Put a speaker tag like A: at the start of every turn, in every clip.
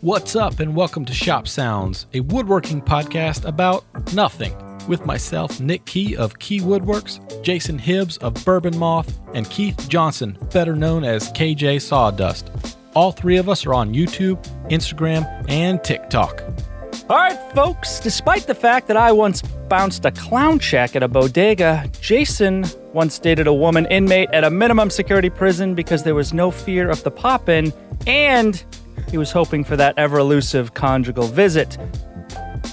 A: What's up, and welcome to Shop Sounds, a woodworking podcast about nothing. With myself, Nick Key of Key Woodworks, Jason Hibbs of Bourbon Moth, and Keith Johnson, better known as KJ Sawdust. All three of us are on YouTube, Instagram, and TikTok.
B: All right, folks, despite the fact that I once bounced a clown check at a bodega, Jason once dated a woman inmate at a minimum security prison because there was no fear of the pop in, and he was hoping for that ever elusive conjugal visit.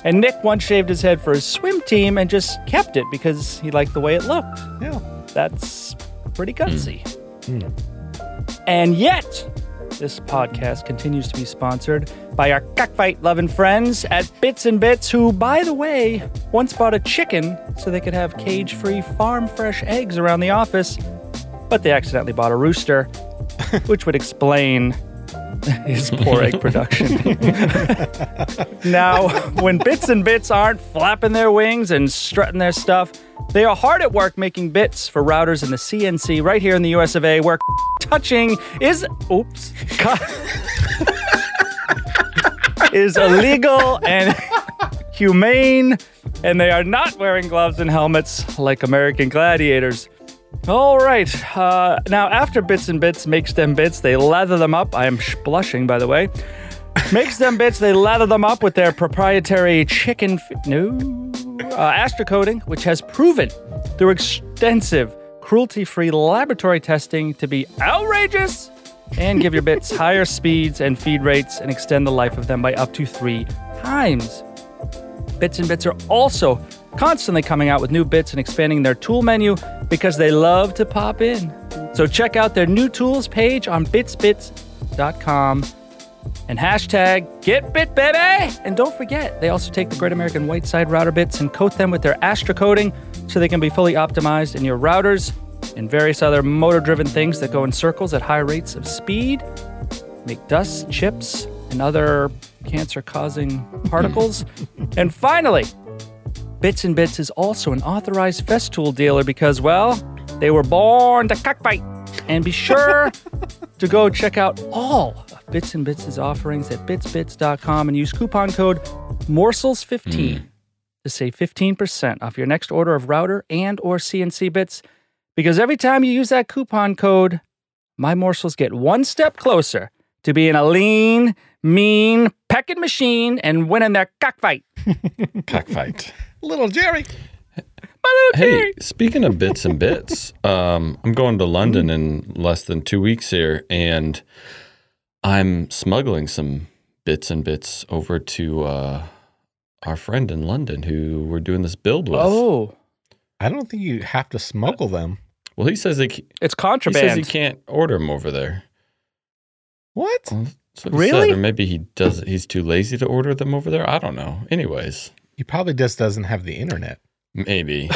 B: And Nick once shaved his head for his swim team and just kept it because he liked the way it looked.
C: Yeah.
B: That's pretty gutsy. And yet, this podcast continues to be sponsored by our cockfight loving friends at Bits and Bits, who, by the way, once bought a chicken so they could have cage free farm fresh eggs around the office, but they accidentally bought a rooster, which would explain his poor egg production. now, when bits and bits aren't flapping their wings and strutting their stuff, they are hard at work making bits for routers in the CNC right here in the US of A, where touching is oops co- is illegal and humane, and they are not wearing gloves and helmets like American gladiators. All right. Uh, now, after Bits and Bits makes them bits, they lather them up. I am sh- blushing, by the way. Makes them bits. They lather them up with their proprietary chicken f- no uh, astrocoating, which has proven through extensive cruelty-free laboratory testing to be outrageous and give your bits higher speeds and feed rates and extend the life of them by up to three times. Bits and Bits are also constantly coming out with new bits and expanding their tool menu because they love to pop in. So check out their new tools page on bitsbits.com and hashtag get bit baby. And don't forget, they also take the Great American Whiteside router bits and coat them with their Astra coating so they can be fully optimized in your routers and various other motor driven things that go in circles at high rates of speed make dust, chips, and other cancer causing particles. and finally, Bits and Bits is also an authorized Festool dealer because, well, they were born to cockfight. And be sure to go check out all of Bits and Bits' offerings at bitsbits.com and use coupon code morsels15
D: Hmm.
B: to save 15% off your next order of router and or CNC bits because every time you use that coupon code, my morsels get one step closer to being a lean, mean pecking machine and winning that cockfight.
C: Cockfight.
E: Little Jerry.
D: Hey, speaking of bits and bits, um, I'm going to London in less than two weeks here, and I'm smuggling some bits and bits over to uh, our friend in London who we're doing this build with.
B: Oh,
E: I don't think you have to smuggle them.
D: Well, he says he, c-
B: it's
D: he says he
B: contraband.
D: can't order them over there.
E: What?
D: Well, that's what he said,
B: Really?
D: Or maybe he does. He's too lazy to order them over there. I don't know. Anyways,
E: He probably just doesn't have the internet.
D: maybe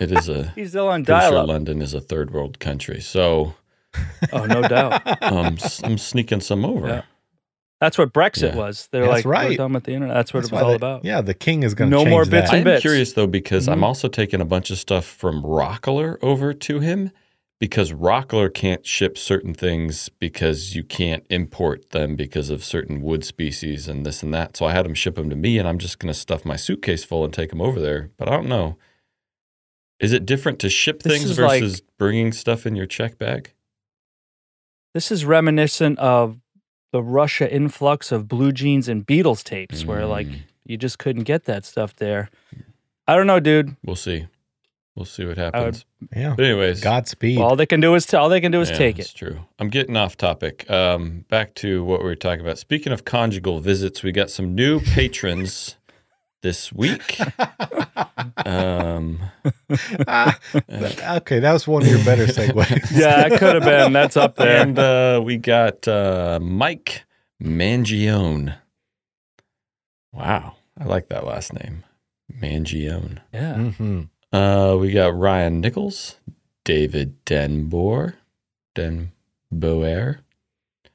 D: it is a.
B: He's still on
D: Pretty sure
B: dial up.
D: London is a third world country, so
B: Oh, no doubt.
D: um, s- I'm sneaking some over.
B: Yeah. That's what Brexit
D: Yeah.
B: was. They're
E: That's
B: like, we're
E: right.
B: done with the internet. That's what
E: That's
B: it was
E: why
B: all
E: the-
B: about.
E: Yeah, the king is going to
B: No
E: change
B: more bits
E: that.
B: and-
D: I'm
B: bits.
D: curious though because
B: Mhm.
D: I'm also taking a bunch of stuff from Rockler over to him because Rockler can't ship certain things because you can't import them because of certain wood species and this and that. So I had him ship them to me, and I'm just going to stuff my suitcase full and take them over there. But I don't know. Is it different to ship
B: This
D: things
B: is like-
D: versus bringing stuff in your check bag?
B: This is reminiscent of the Russia influx of blue jeans and Beatles tapes, where like
D: Mm.
B: you just couldn't get that stuff there. I don't know, dude.
D: We'll see. We'll see what happens.
E: Yeah.
D: But anyways,
E: Godspeed.
B: All they can do is all they can do is take it.
D: It's true. I'm getting off topic. Um, back to what we were talking about. Speaking of conjugal visits, we got some new patrons this week. um,
E: Ah, okay, that was one of your better segues.
B: Yeah, it could have been. That's up there.
D: and uh, we got uh, Mike Mangione. Wow, I like that last name, Mangione.
B: Yeah.
E: hmm
D: Uh, we got Ryan Nichols, David Denbor, Denboer.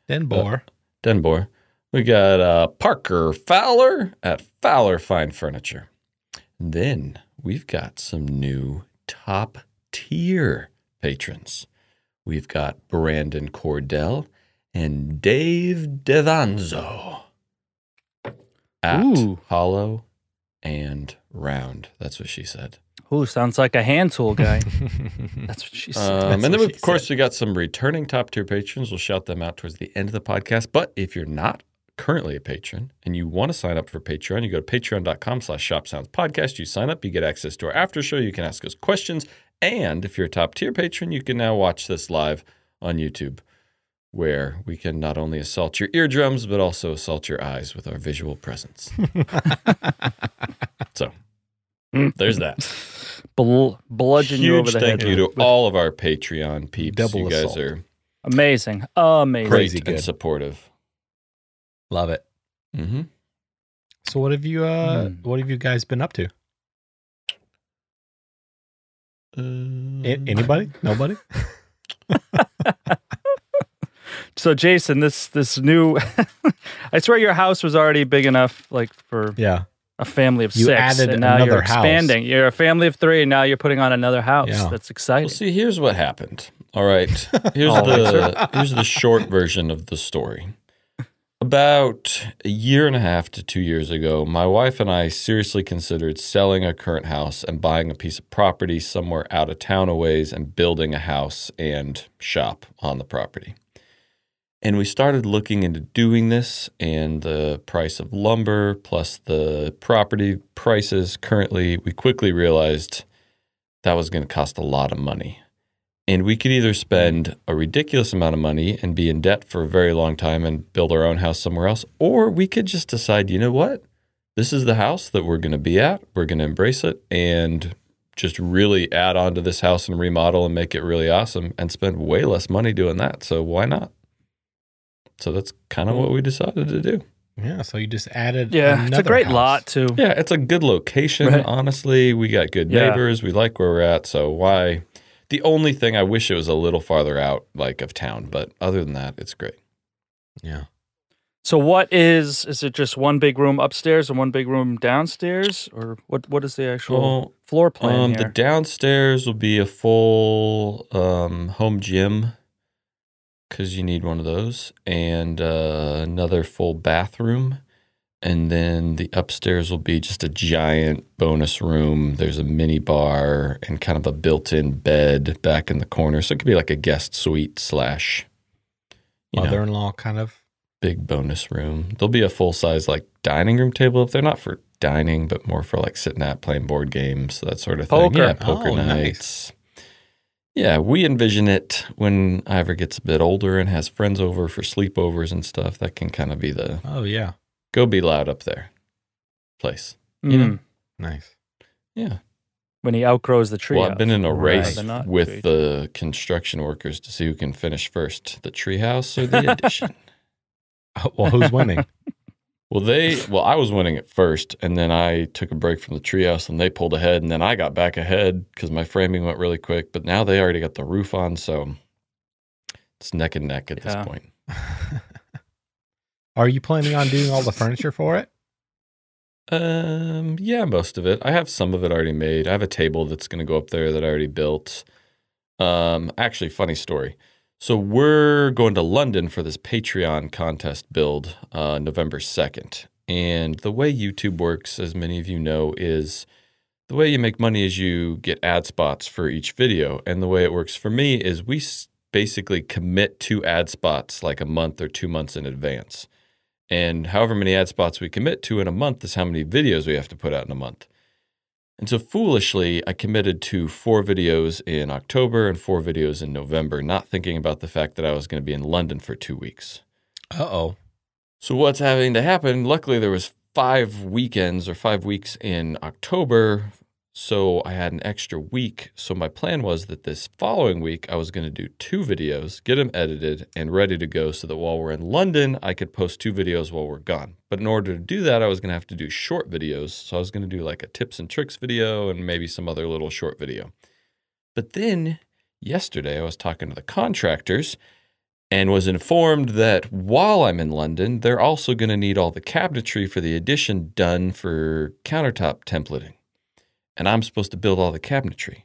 E: Denbor.
D: Denbor. We got uh, Parker Fowler at Fowler Fine Furniture. Then we've got some new top tier patrons. We've got Brandon Cordell and Dave Devanzo. at
B: Ooh.
D: hollow and round. That's what she said.
B: Ooh, sounds like a hand tool guy. That's what she said.
D: Um, and
A: what
D: then,
A: she
D: of course, we got some returning top tier patrons. We'll shout them out towards the end of the podcast. But if you're not currently a patron and you want to sign up for Patreon, you go to patreon.com slash shop sounds podcast. You sign up, you get access to our after show. You can ask us questions. And if you're a top tier patron, you can now watch this live on YouTube, where we can not only assault your eardrums, but also assault your eyes with our visual presence. so there's that
B: Mm. Bl- bludgeon you over
D: huge
B: the
D: thank
B: head.
D: you to all of our Patreon peeps.
E: Double
D: you guys
E: assault.
D: are
B: Amazing. Amazing.
D: great
E: Crazy
D: and
E: good.
D: supportive.
A: Love it.
D: Mm-hmm.
E: So what have you uh
B: Hmm.
E: what have you guys been up to? A-
B: Mm.
E: anybody? Nobody?
B: So Jason, this this new I swear your house was already big enough like for
E: Yeah.
B: a family of
E: You
B: six.
E: added
B: and now you're
E: another house.
B: expanding. You're a family of three and now you're putting on another house.
E: Yeah.
B: That's
D: Well,
B: exciting.
D: see, here's what happened. All right, here's
B: Oh,
D: the here's the short version of the story. About a year and a half to two years ago, my wife and I seriously considered selling our current house and buying a piece of property somewhere out of town a ways and building a house and shop on the property. And we started looking into doing this, and the price of lumber plus the property prices currently, we quickly realized that was going to cost a lot of money. And we could either spend a ridiculous amount of money and be in debt for a very long time and build our own house somewhere else, or we could just decide, you know what? This is the house that we're going to be at. We're going to embrace it and just really add on to this house and remodel and make it really awesome and spend way less money doing that. So why not? So that's kind of what we decided to do.
E: Yeah. So you just added
B: Yeah. It's a
E: another
B: great
E: house.
B: lot too.
D: Yeah, it's a good location.
B: Right.
D: Honestly, we got good
B: Yeah.
D: neighbors. We like where we're at. So why? The only thing I wish it was a little farther out, like of town, but other than that, it's great.
E: Yeah.
B: So what is is it just one big room upstairs and one big room downstairs? Or what what is the actual
D: Well,
B: floor plan
D: um,
B: here?
D: the downstairs will be a full um, home gym because you need one of those, and uh, another full bathroom. And then the upstairs will be just a giant bonus room. There's a mini bar and kind of a built in bed back in the corner. So it could be like a guest suite slash you know,
E: Mother in law kind of.
D: big bonus room. There'll be a full size like dining room table if they're not for dining, but more for like sitting at playing board games, that sort of
B: Poker.
D: thing. Yeah, poker
E: Oh, nice.
D: nights. Yeah, we envision it when Ivor gets a bit older and has friends over for sleepovers and stuff. That can kind of be the
E: Oh yeah.
D: go be loud up there place.
B: Mm,
D: you know,
E: Nice.
D: Yeah.
B: when he outgrows the tree.
D: Well, I've been in a
B: Right.
D: race
B: Rather not
D: with
B: trees.
D: the construction workers to see who can finish first, the treehouse or the addition.
E: Oh, Well, who's winning?
D: Well, they well, I was winning at first, and then I took a break from the treehouse, and they pulled ahead, and then I got back ahead because my framing went really quick. But now they already got the roof on, so it's neck and neck at
B: Yeah.
D: this point.
E: Are you planning on doing all the furniture for it?
D: Um, yeah, most of it. I have some of it already made. I have a table that's going to go up there that I already built. Um, actually, funny story. So we're going to London for this Patreon contest build uh, November 2nd. And the way YouTube works, as many of you know, is the way you make money is you get ad spots for each video. And the way it works for me is we s- basically commit to ad spots like a month or two months in advance. And however many ad spots we commit to in a month is how many videos we have to put out in a month. And so foolishly, I committed to four videos in October and four videos in November, not thinking about the fact that I was going to be in London for two weeks.
E: Uh oh.
D: So what's having to happen? Luckily, there was five weekends or five weeks in October, so I had an extra week. So my plan was that this following week I was going to do two videos, get them edited and ready to go, so that while we're in London, I could post two videos while we're gone. But in order to do that, I was going to have to do short videos. So I was going to do like a tips and tricks video and maybe some other little short video. But then yesterday, I was talking to the contractors and was informed that while I'm in London, they're also going to need all the cabinetry for the addition done for countertop templating. And I'm supposed to build all the cabinetry.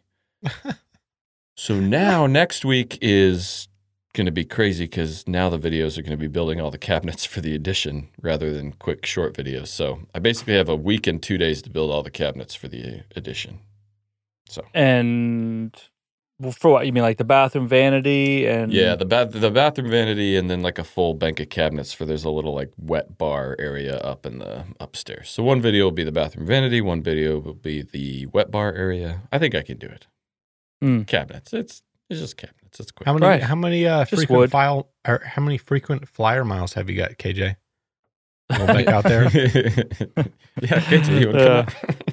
D: so now next week is going to be crazy because now the videos are going to be building all the cabinets for the edition rather than quick short videos. So I basically have a week and two days to build all the cabinets for the edition.
B: And well, for what you mean, like the bathroom vanity and
D: Yeah, the bath the bathroom vanity and then like a full bank of cabinets for there's a little like wet bar area up in the upstairs. So one video will be the bathroom vanity, one video will be the wet bar area. I think I can do it.
B: Mm.
D: Cabinets. It's it's just cabinets. It's quick.
E: How many?
B: Right.
E: How many uh,
B: Just
E: frequent
B: wood.
E: file? Or how many frequent flyer miles have you got, KJ? Roll back out there. Uh,
D: yeah, get to you. and
B: Yeah.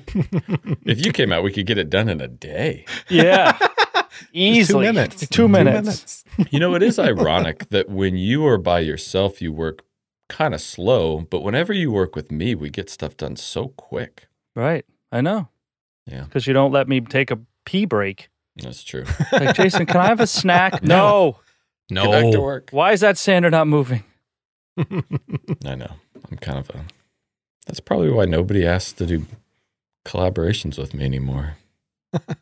D: Come out. if you came out, we could get it done in a day.
B: yeah, easily
E: Two minutes.
B: Two minutes.
D: You know, it is ironic that when you are by yourself, you work kind of slow, but whenever you work with me, we get stuff done so quick.
B: Right, I know.
D: Yeah.
B: because you don't let me take a pee break.
D: That's true.
B: Like Jason, can I have a snack? No.
D: Get back to
A: No.
D: work.
B: Why is that sander not moving?
D: I know. I'm kind of a. That's probably why nobody asks to do collaborations with me anymore.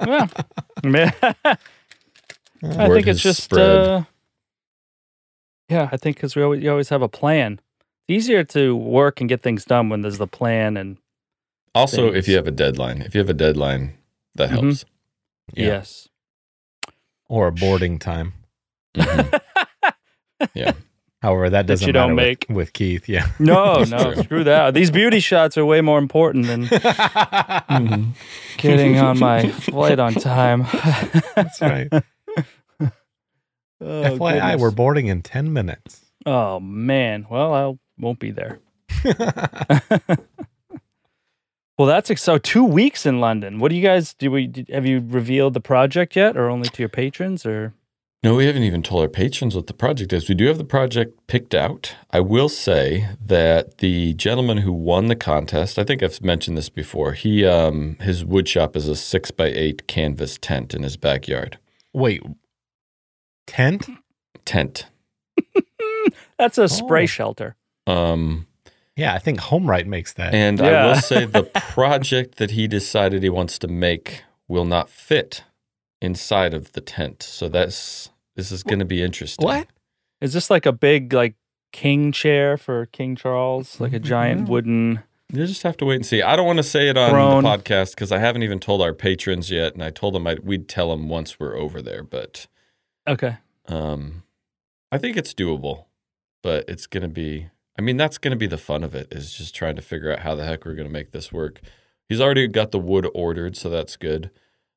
B: Yeah, Man. I
D: Word
B: think it's
D: has
B: just.
D: spread.
B: Uh, yeah, I think because we always you always have a plan. It's easier to work and get things done when there's the plan and
D: Also, if
B: things.
D: you have a deadline, if you have a deadline, that
B: Mhm.
D: helps.
E: Yeah.
B: yes.
E: Or a boarding time.
D: Mhm. yeah.
E: However, that
B: That
E: doesn't
B: you don't
E: matter
B: make.
E: with, with Keith. Yeah.
B: No,
D: That's
B: no,
D: true.
B: screw that. These beauty shots are way more important than Mm-hmm. getting on my flight on time.
E: That's right.
B: Oh,
E: FYI,
B: goodness.
E: we're boarding in ten minutes.
B: Oh man. Well, I won't be there. Well, that's ex- so. Two weeks in London. What do you guys do? We did- have you revealed the project yet, or only to your patrons, or
D: No, we haven't even told our patrons what the project is. We do have the project picked out. I will say that the gentleman who won the contest, I think I've mentioned this before, he um his wood shop is a six by eight canvas tent in his backyard.
E: Wait, tent?
D: Tent.
B: that's a spray
E: Oh.
B: shelter?
D: Um
E: Yeah, I think Homewright makes that.
D: And I
B: Yeah.
D: will say the project that he decided he wants to make will not fit inside of the tent. So that's this is going to be interesting.
E: What?
B: Is this like a big like king chair for King Charles, like a giant wooden?
D: You just have to wait and see. I don't want to say it on
B: Throne.
D: the podcast because I haven't even told our patrons yet, and I told them I'd, we'd tell them once we're over there. But
B: Okay,
D: um, I think it's doable. But it's going to be. I mean, that's going to be the fun of it is just trying to figure out how the heck we're going to make this work. He's already got the wood ordered, so that's good.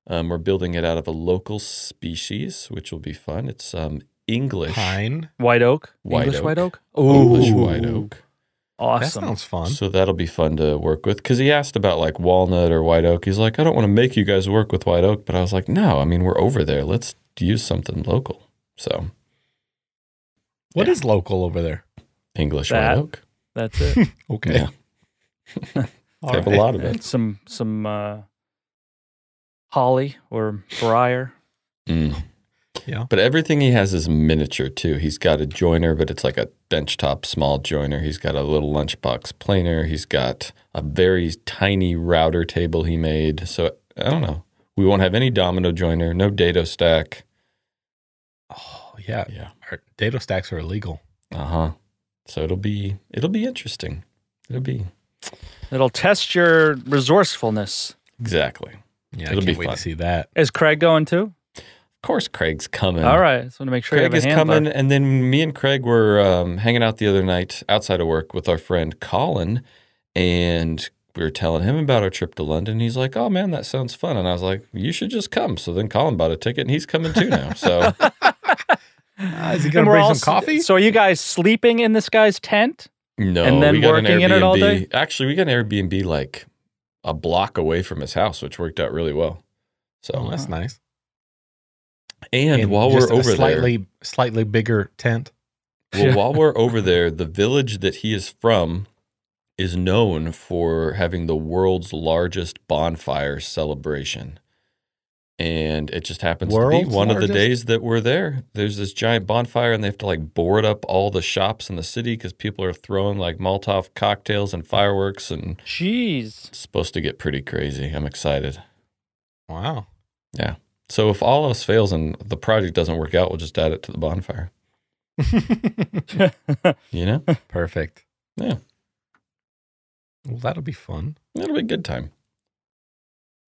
D: Um, we're building it out of a local species, which will be fun. It's um, English
E: Pine.
B: white oak,
D: White
B: English
D: oak.
B: white oak.
D: English
E: Ooh.
D: white oak.
E: That
B: Awesome.
E: sounds fun.
D: So that'll be fun to work with. Because he asked about like walnut or white oak. He's like, I don't want to make you guys work with white oak, but I was like, no, I mean we're over there. Let's use something local. So
E: What is local over there?
D: English
B: That-
D: white oak.
B: That's it.
E: Okay.
D: Yeah.
E: All
D: They have
E: right.
D: a lot of
B: And
D: it.
B: some some uh, holly or briar.
D: Mm.
E: Yeah.
D: But everything he has is miniature too. He's got a joiner, but it's like a benchtop small joiner. He's got a little lunchbox planer. He's got a very tiny router table he made. So I don't know. We won't have any domino joiner, no dado stack.
E: Oh yeah.
D: Yeah.
E: Our data stacks are illegal.
D: Uh huh. So it'll be it'll be interesting. It'll be
B: It'll test your resourcefulness.
D: exactly.
E: Yeah,
D: It'll
E: I
D: be
E: can't wait
D: fun.
E: to see that.
B: Is Craig going too?
D: Of course, Craig's coming.
B: All right, just want to make sure. you
D: Craig
B: have a
D: is
B: handler.
D: coming, and then me and Craig were um, hanging out the other night outside of work with our friend Colin, and we were telling him about our trip to London. He's like, "Oh man, that sounds fun," and I was like, "You should just come." So then Colin bought a ticket, and he's coming too now. So
E: Ah, is he
B: And
E: gonna
B: we're
E: bring
B: all
E: some
B: s-
E: coffee?
B: So are you guys sleeping in this guy's tent?
D: no,
B: And then
D: we got an
B: working
D: Airbnb.
B: in it all day?
D: Actually, we got an Airbnb like a block away from his house, which worked out really well. So
E: oh, that's nice.
D: and, while
E: just
D: we're
E: a
D: over there,
E: slightly slightly bigger tent.
D: Well,
B: Yeah.
D: while we're over there, the village that he is from is known for having the world's largest bonfire celebration. And it just happens to
E: World's
D: be one of the
E: largest?
D: days that we're there. There's this giant bonfire, and they have to like board up all the shops in the city because people are throwing like Molotov cocktails and fireworks, and
B: Jeez.
D: it's supposed to get pretty crazy. I'm excited.
E: Wow.
D: So if all else fails and the project doesn't work out, we'll just add it to the bonfire. You know,
E: Perfect.
D: Yeah.
E: Well, that'll be fun.
D: it'll be a good time.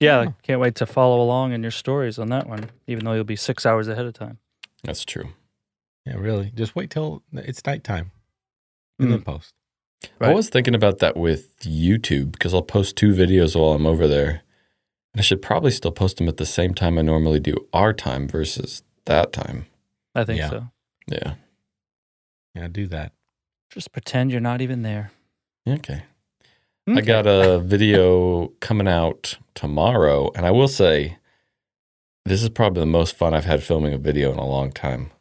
B: Yeah, I can't wait to follow along in your stories on that one, even though you'll be six hours ahead of time.
D: That's true.
E: Yeah, really. Just wait till it's nighttime and
D: Hmm.
E: then post.
D: I
B: Right.
D: was thinking about that with YouTube because I'll post two videos while I'm over there. And I should probably still post them at the same time I normally do our time versus that time.
B: I think
E: Yeah.
B: so.
D: Yeah.
E: Yeah, do that.
B: Just pretend you're not even there. Hmm.
D: Okay. I got a video coming out tomorrow. And I will say, this is probably the most fun I've had filming a video in a long time.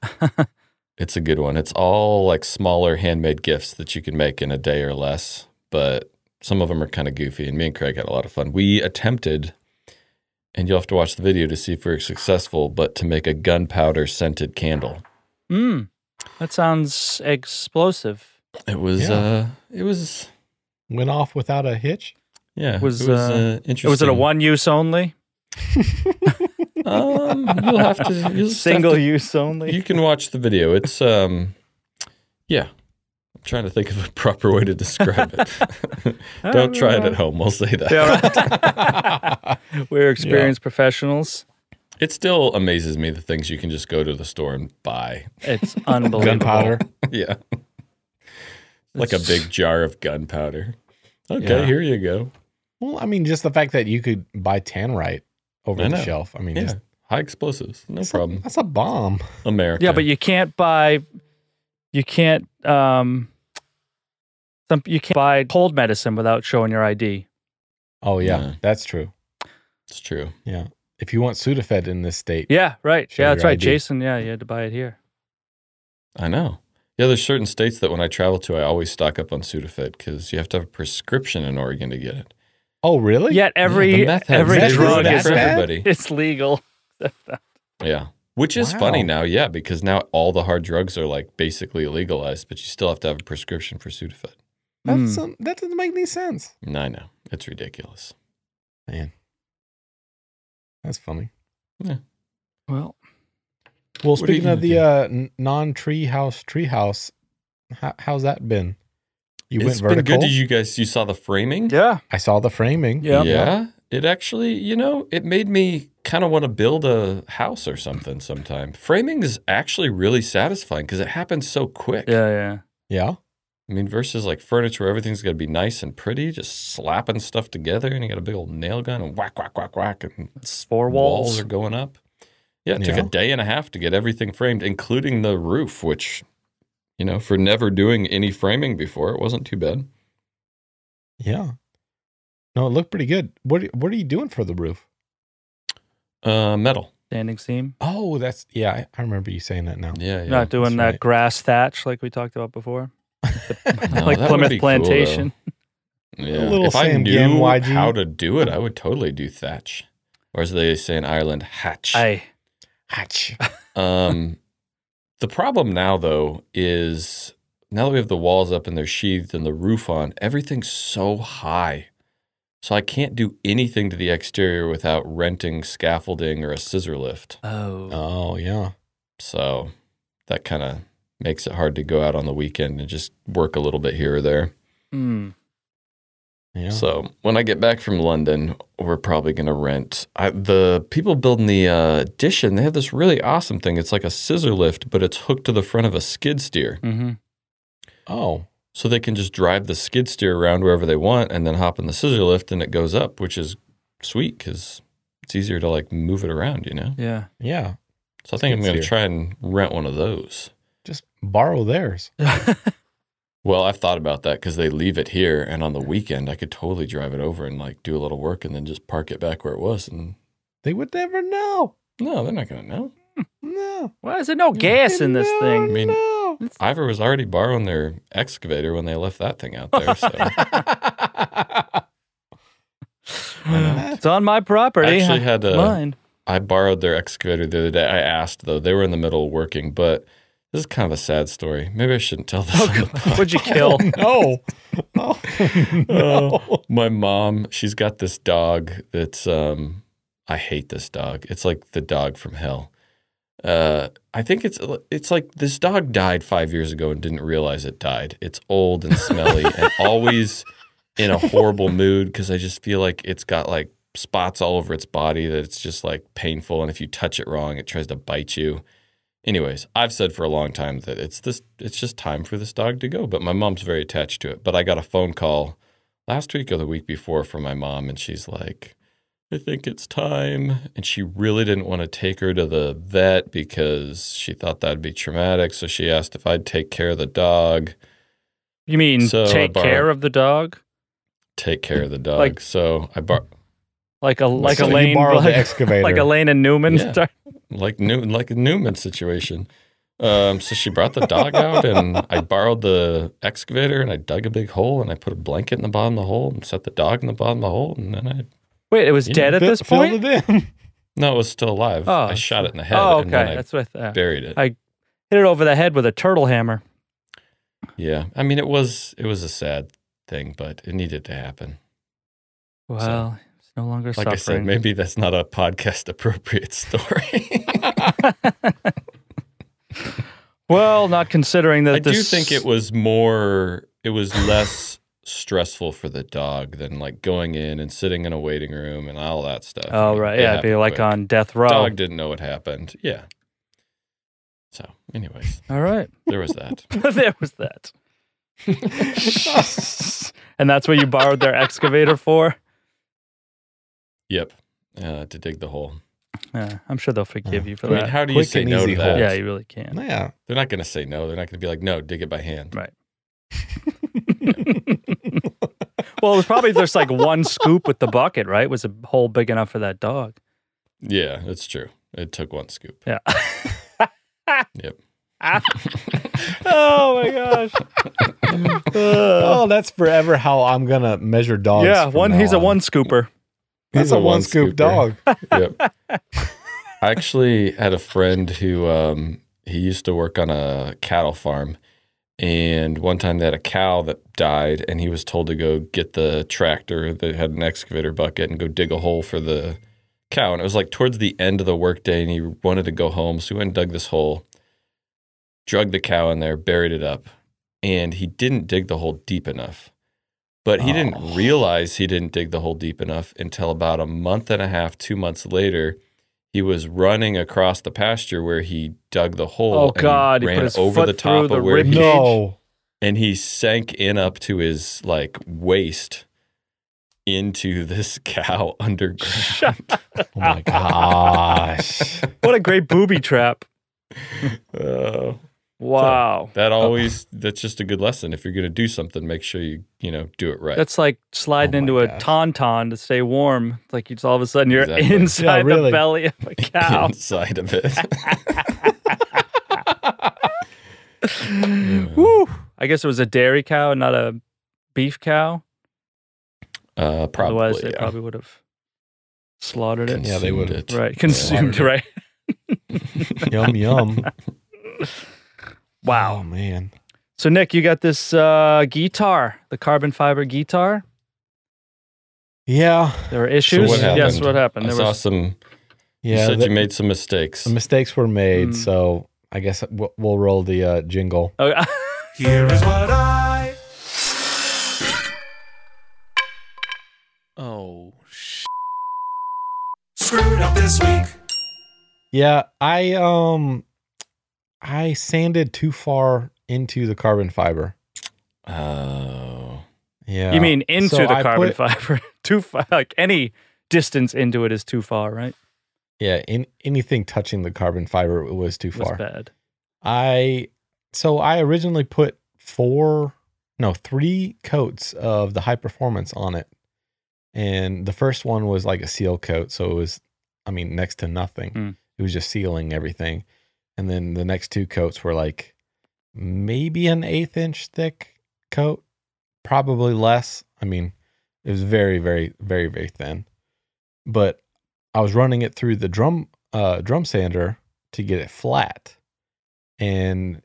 D: It's a good one. It's all like smaller handmade gifts that you can make in a day or less, but some of them are kind of goofy. And me and Craig had a lot of fun. We attempted, and you'll have to watch the video to see if we were successful, but to make a gunpowder scented candle.
B: Mm, that sounds explosive.
D: It was,
E: Yeah.
D: uh, it was,
E: Went off without a hitch.
D: yeah,
B: Was,
D: it was
B: uh,
D: uh, interesting.
B: Was it a one use only?
D: Um, you'll have to you'll just have
B: Single
D: to-
B: use only?
D: You can watch the video. It's um, yeah. I'm trying to think of a proper way to describe it. Don't try it at home. We'll say that.
B: Yeah, right. We're experienced professionals.
D: It still amazes me the things you can just go to the store and buy.
B: It's unbelievable.
E: Gunpowder.
D: yeah. Like a big jar of gunpowder. Okay,
E: Yeah.
D: here you go.
E: Well, I mean, just the fact that you could buy tannerite over
D: I
E: the
D: know.
E: shelf. I mean,
D: Yeah.
E: just,
D: High explosives. No
E: that's, A,
D: problem.
E: that's a bomb.
D: America.
B: Yeah, but you can't buy, you can't, um, some, you can't buy cold medicine without showing your ID.
E: Oh, yeah,
D: Yeah.
E: that's true.
D: it's true.
E: Yeah. If you want Sudafed in this state,
B: Yeah, right.
E: Show
B: yeah,
E: your
B: that's right.
E: ID.
B: Jason, yeah, you had to buy it here.
D: I know. Yeah, there's certain states that when I travel to, I always stock up on Sudafed because you have to have a prescription in Oregon to get it.
E: Oh, really?
B: Yet
D: yeah,
B: every
D: the meth heads,
B: every
D: they
E: Meth is
B: drug
D: ruin it
B: is
E: that
D: for
E: bad?
D: everybody.
B: it's legal.
D: Yeah. Which is funny
E: Wow.
D: now, yeah, because now all the hard drugs are like basically legalized, but you still have to have a prescription for Sudafed.
E: That's
B: Hmm.
E: some- that doesn't make any sense.
D: And I know. It's ridiculous.
E: Man, that's funny.
B: Well,
E: Well,
D: What are you
E: speaking of
D: gonna
E: the uh, non tree house, tree house, how, how's that been? You went
D: It's
E: vertical.
D: been good. Did you guys, you saw the framing?
B: yeah,
E: I saw the framing.
B: Yeah.
D: Yeah. It actually, you know, it made me kind of want to build a house or something sometime. Framing is actually really satisfying because it happens so quick.
B: yeah, yeah.
E: Yeah.
D: I mean, versus like furniture, where everything's got to be nice and pretty, just slapping stuff together, and you got a big old nail gun and whack, whack, whack, whack, and
B: It's four
D: walls,
B: walls.
D: are going up. Yeah, it took
E: Yeah.
D: a day and a half to get everything framed, including the roof, which, you know, for never doing any framing before, it wasn't too bad.
E: Yeah. No, it looked pretty good. What What are you doing for the roof?
D: Uh, metal.
B: standing seam.
E: Oh, that's yeah. I, I remember you saying that now.
D: Yeah, yeah.
B: Not doing that
E: that's right.
B: grass thatch like we talked about before,
D: No,
B: like
D: Oh, that would
B: Plymouth
D: be cool, though.
B: Plantation.
D: yeah.
E: little
D: if I
E: Sam
D: knew
E: Ginn, YG.
D: how to do it, I would totally do thatch, or as they say in Ireland, hatch.
B: Aye.
E: Hatch.
D: Um, the problem now, though, is now that we have the walls up and they're sheathed and the roof on, everything's so high. So I can't do anything to the exterior without renting scaffolding or a scissor lift.
B: oh,
D: Uh,
E: Oh yeah.
D: So that kind of makes it hard to go out on the weekend and just work a little bit here or there.
B: Hmm.
E: Yeah.
D: So when I get back from London, we're probably going to rent. I, the people building the uh, addition, they have this really awesome thing. It's like a scissor lift, but it's hooked to the front of a skid steer.
B: hmm
E: oh
D: so they can just drive the skid steer around wherever they want and then hop in the scissor lift and it goes up which is sweet because it's easier to like move it around you know
B: yeah.
E: yeah.
D: so i think i'm
E: Skid
D: going
E: steer.
D: to try and rent one of those
E: Just borrow theirs.
D: well i've thought about that because they leave it here and on the weekend i could totally drive it over and like do a little work and then just park it back where it was and
E: They would never know.
D: no they're not going to know
E: No.
B: Why is there no gas in this
E: No,
D: i
B: thing?
D: mean
E: No.
D: ivor was already borrowing their excavator when they left that thing out there so
B: It's on my property.
D: actually had a-
B: mine.
D: I borrowed their excavator the other day. I asked though; they were in the middle of working, but this is kind of a sad story. Maybe I shouldn't tell
B: Oh,
D: this. on the pod.
B: What'd you kill?
E: no. Oh, no.
D: My mom, she's got this dog that's um I hate this dog. It's like the dog from hell. Uh, I think it's it's like this dog died five years ago and didn't realize it died. It's old and smelly and always in a horrible mood because I just feel like it's got like spots all over its body that it's just like painful and if you touch it wrong it tries to bite you. Anyways, I've said for a long time that it's this it's just time for this dog to go, but my mom's very attached to it. But I got a phone call last week or the week before from my mom and she's like I think it's time. And she really didn't want to take her to the vet because she thought that'd be traumatic. So she asked if I'd take care of the dog.
B: You mean
D: So I
B: take
D: borrowed-
B: care of the dog?
D: Take care of the dog.
B: Like-
D: so I bar-
B: Like a like
E: So
B: a
E: you
B: Elaine
E: borrowed the
B: like,
E: excavator.
B: like Elaine and Newman.
D: Yeah. like Newman, like a Newman situation. Um, so she brought the dog out, and I borrowed the excavator, and I dug a big hole, and I put a blanket in the bottom of the hole, and set the dog in the bottom of the hole, and then I
B: Wait, it was
D: You
B: dead at
E: Fill-
B: this
E: filled
B: point.
E: it in.
D: no, it was still alive.
B: Oh,
D: I shot it in the head,
B: Oh, okay,
D: and then I
B: that's what I thought.
D: buried it.
B: I- Hit it over the head with a turtle hammer.
D: yeah, I mean, it was it was a sad thing, but it needed to happen.
B: Well, it's no longer
D: Like I said,
B: suffering.
D: maybe that's not a podcast appropriate story.
B: well, not considering that
D: I
B: this
D: do think it was more, it was less stressful for the dog than like going in and sitting in a waiting room and all that stuff. I
B: Oh
D: mean,
B: right,
D: it
B: yeah, it'd be
D: happened
B: like
D: quick.
B: on death row.
D: Dog didn't know what happened. Yeah. So, anyways,
B: All right,
D: there was that.
B: there was that. and that's what you borrowed their excavator for.
D: yep. Uh, to dig the hole.
B: Yeah, I'm sure they'll forgive you for
D: I mean,
B: that.
D: how do you
E: quick
D: say
E: and
D: no to
E: easy
D: that?
E: hole.
B: yeah, you really can.
E: yeah.
D: They're not going to say no. They're not going to be like, no, dig it by hand.
B: Right. well, it was probably just like one scoop with the bucket, right? Was a hole big enough for that dog.
D: Yeah, that's true. It took one scoop.
B: Yeah.
D: Yep.
B: oh my gosh. Uh,
E: Oh, that's forever how I'm gonna measure dogs.
B: yeah,
E: Oh, from
B: one.
E: now
B: He's a
E: on.
B: one scooper.
E: He's a one
D: scooper.
E: scoop dog.
D: yep. I actually had a friend who um, he used to work on a cattle farm, and one time they had a cow that died, and he was told to go get the tractor that had an excavator bucket and go dig a hole for the cow. And it was like towards the end of the workday, and he wanted to go home, so he went and dug this hole, drug the cow in there, buried it up, and he didn't dig the hole deep enough. But he didn't
E: Oh.
D: realize he didn't dig the hole deep enough until about a month and a half, two months later. He was running across the pasture where he dug the hole.
B: Oh,
D: and
B: God, he
D: Ran
B: put his
D: over
B: foot
D: the top
B: through
D: of
B: the
D: where
B: rib
D: he,
B: cage.
E: No,
D: and he sank in up to his like waist into this cow underground.
E: oh my gosh.
B: What a great booby trap.
D: Oh.
B: Wow.
D: That always that's just a good lesson. If you're gonna do something, make sure you you know do it right.
B: That's like sliding
E: Oh my
B: into a
E: gosh.
B: tauntaun to stay warm. It's like you just all of a sudden you're
D: Exactly.
B: inside
E: Yeah, really.
B: the belly of a cow.
D: inside of it.
B: Woo! I guess it was a dairy cow and not a beef cow.
D: uh, probably.
B: Otherwise, they
D: yeah.
B: probably would have slaughtered it.
E: Yeah, they would.
D: Consumed it.
B: Right, consumed. Right.
E: yum yum. Oh
B: Wow.
E: man.
B: So Nick, you got this uh, guitar, the carbon fiber guitar.
E: Yeah.
B: There were issues.
D: what
B: yes,
D: happened?
B: what happened?
D: I
B: There
D: saw
B: was
D: some.
E: Yeah.
D: you said
E: the,
D: you made some mistakes.
E: the mistakes were made,
B: Mm.
E: so I guess we'll, we'll roll the uh, jingle.
B: Oh,
A: Oh, sh-
E: Yeah, I um I sanded too far into the carbon fiber.
D: oh,
E: Yeah.
B: you mean into
E: So
B: the
E: I
B: carbon
E: put-
B: fiber? too far, like any distance into it is too far, right?
E: Yeah, in, anything touching the carbon fiber was too
B: It was
E: far.
B: bad.
E: I so I originally put four no, three coats of the high performance on it. And the first one was like a seal coat, so it was I mean next to nothing.
B: Hmm.
E: It was just sealing everything. And then the next two coats were like maybe an eighth inch thick coat, probably less. I mean, it was very, very, very, very thin. But I was running it through the drum uh drum sander to get it flat and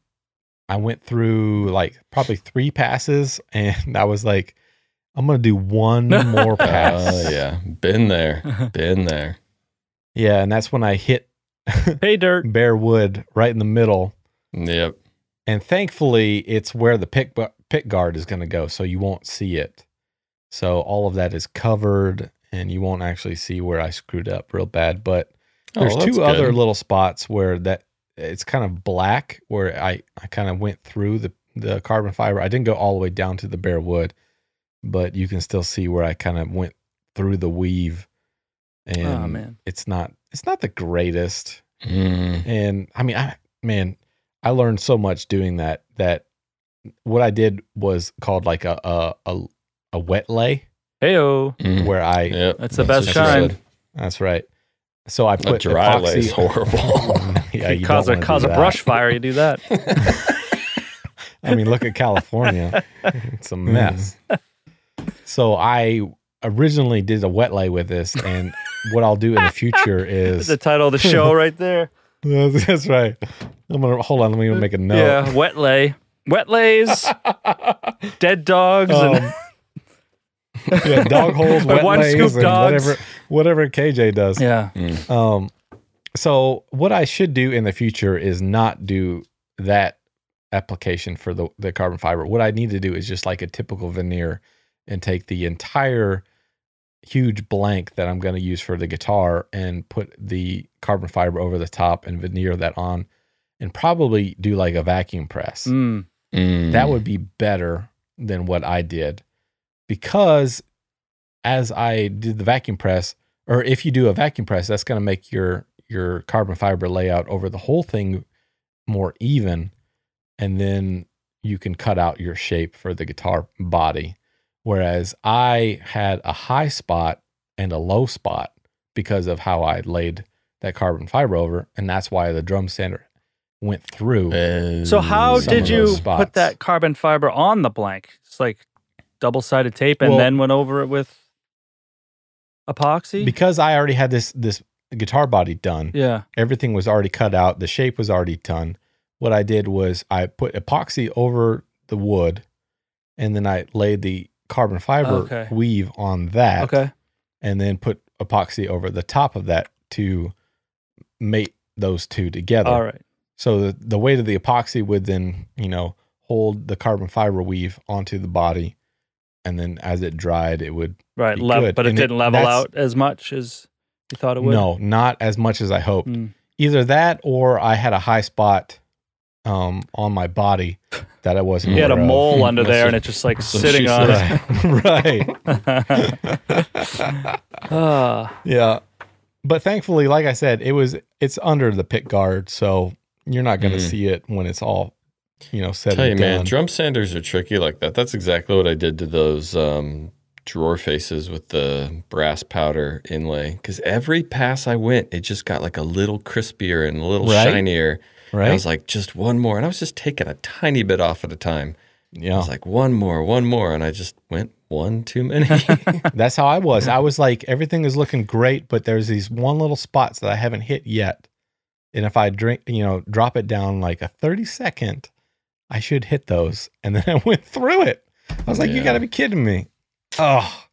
E: I went through like probably three passes, and I was like, I'm gonna do one more
D: Oh,
E: pass.
D: yeah, been there, been there.
E: yeah. And that's when I hit
B: Hey, dirt.
E: bare wood right in the middle.
D: Yep.
E: And thankfully, it's where the pick, bu- pick guard is going to go, so you won't see it. So all of that is covered, and you won't actually see where I screwed up real bad. But
D: Oh,
E: there's
D: well,
E: two
D: that's
E: other
D: good.
E: little spots where that it's kind of black, where I, I kind of went through the, the carbon fiber. I didn't go all the way down to the bare wood, but you can still see where I kind of went through the weave. And
B: Oh, man.
E: it's not it's not the greatest Mm-hmm.
D: Mm.
E: and I mean, I man, I learned so much doing that. That what I did was called like a a a, a wet lay,
B: Heyo.
D: Mm.
E: where I
D: Yep.
B: That's the best
D: That's what she
B: kind.
D: said.
E: that's right. So I put
D: A dry lay
E: epoxy.
D: is horrible.
E: yeah,
B: Could
E: you
B: cause
E: don't
B: a
E: wanna do
B: cause a
E: that.
B: brush fire. You do that.
E: I mean, look at California; it's a mess. so I originally did a wet lay with this, and what I'll do in the future
B: That's
E: is
B: the title of the show right there.
E: that's right. I'm gonna hold on. Let me make a note.
B: Yeah, wet lay, wet lays, dead dogs, and
E: Um, yeah, dog holes,
B: Or
E: wet
B: one
E: lays,
B: scoop
E: and
B: dogs.
E: whatever whatever KJ does.
B: yeah.
E: Um, so what I should do in the future is not do that application for the the carbon fiber. What I need to do is just like a typical veneer and take the entire huge blank that I'm going to use for the guitar and put the carbon fiber over the top and veneer that on and probably do like a vacuum press
B: Mm.
D: Mm.
E: that would be better than what I did because as I did the vacuum press or if you do a vacuum press that's going to make your your carbon fiber layout over the whole thing more even and then you can cut out your shape for the guitar body whereas I had a high spot and a low spot because of how I laid that carbon fiber over and that's why the drum sander went through
D: Oh.
B: So how
E: Some
B: did
E: of
B: you
E: those
B: put
E: spots.
B: that carbon fiber on the blank? It's like double sided tape, and
E: Well-
B: then went over it with epoxy.
E: because I already had this this guitar body done.
B: yeah.
E: Everything was already cut out. The shape was already done. What I did was I put epoxy over the wood, and then I laid the carbon fiber
B: Okay.
E: weave on that,
B: Okay.
E: and then put epoxy over the top of that to mate those two together.
B: All right.
E: So the, the weight of the epoxy would then, you know, hold the carbon fiber weave onto the body, and then as it dried, it would
B: Right.
E: Be
B: Level,
E: good.
B: but it
E: And it-
B: didn't level
E: that's-
B: out as much as you thought it would.
E: No, not as much as I hoped.
B: Mm.
E: Either that or I had a high spot um, on my body that I wasn't.
B: You had a
E: aware of.
B: mole under
D: That's
B: there,
D: a-
B: and it's just like
D: that's what
B: sitting
D: she
B: on it.
E: Right. right.
B: Ah,
E: Yeah. But thankfully, like I said, it was it's under the pit guard, so you're not
B: Hmm.
E: going to
D: Mm.
E: see it when it's all, you know, set
D: Tell you,
E: and
D: man,
E: done.
D: drum sanders are tricky like that. That's exactly what I did to those um, drawer faces with the brass powder inlay. Because every pass I went, it just got like a little crispier and a little
E: Right?
D: shinier. And I
E: right?
D: was like, just one more, and I was just taking a tiny bit off at a time. I
E: Yeah.
D: was like, one more, one more, and I just went one too many.
E: That's how I was. I was like, everything is looking great, but there's these one little spots that I haven't hit yet. And if I drink, you know, drop it down like a 30 second, I should hit those. And then I went through it. I was like, you
D: Yeah.
E: got to be kidding me. Oh,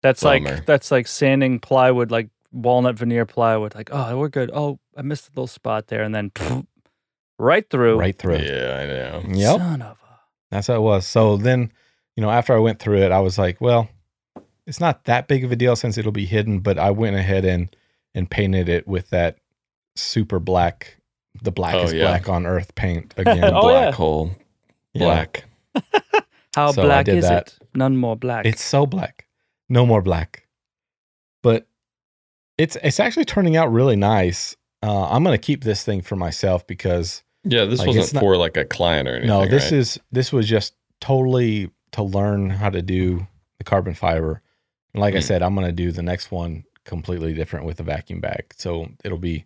B: that's
D: Bummer.
B: like that's like sanding plywood, like walnut veneer plywood. Like, oh, we're good. Oh, I missed a little spot there, and then pfft, right through.
E: right through. it.
D: yeah, I know.
E: Yep.
B: Son of a.
E: That's how it was. So then, you know, after I went through it, I was like, well, it's not that big of a deal since it'll be hidden, but I went ahead and and painted it with that super black, the blackest
D: Oh, yeah.
E: black on earth paint again.
D: The
B: Oh,
D: black
B: yeah.
D: hole,
E: Yeah.
D: black.
B: How
E: So I
B: black
E: did
B: is
E: that.
B: it? None more black.
E: It's so black. No more black. But it's it's actually turning out really nice. Uh, I'm gonna keep this thing for myself because
D: Yeah, this
E: Like, it's
D: wasn't
E: not-
D: for like a client or anything.
E: no, this
D: right?
E: is this was just totally to learn how to do the carbon fiber. And like I
D: Hmm.
E: said, I'm gonna do the next one completely different with a vacuum bag. So it'll be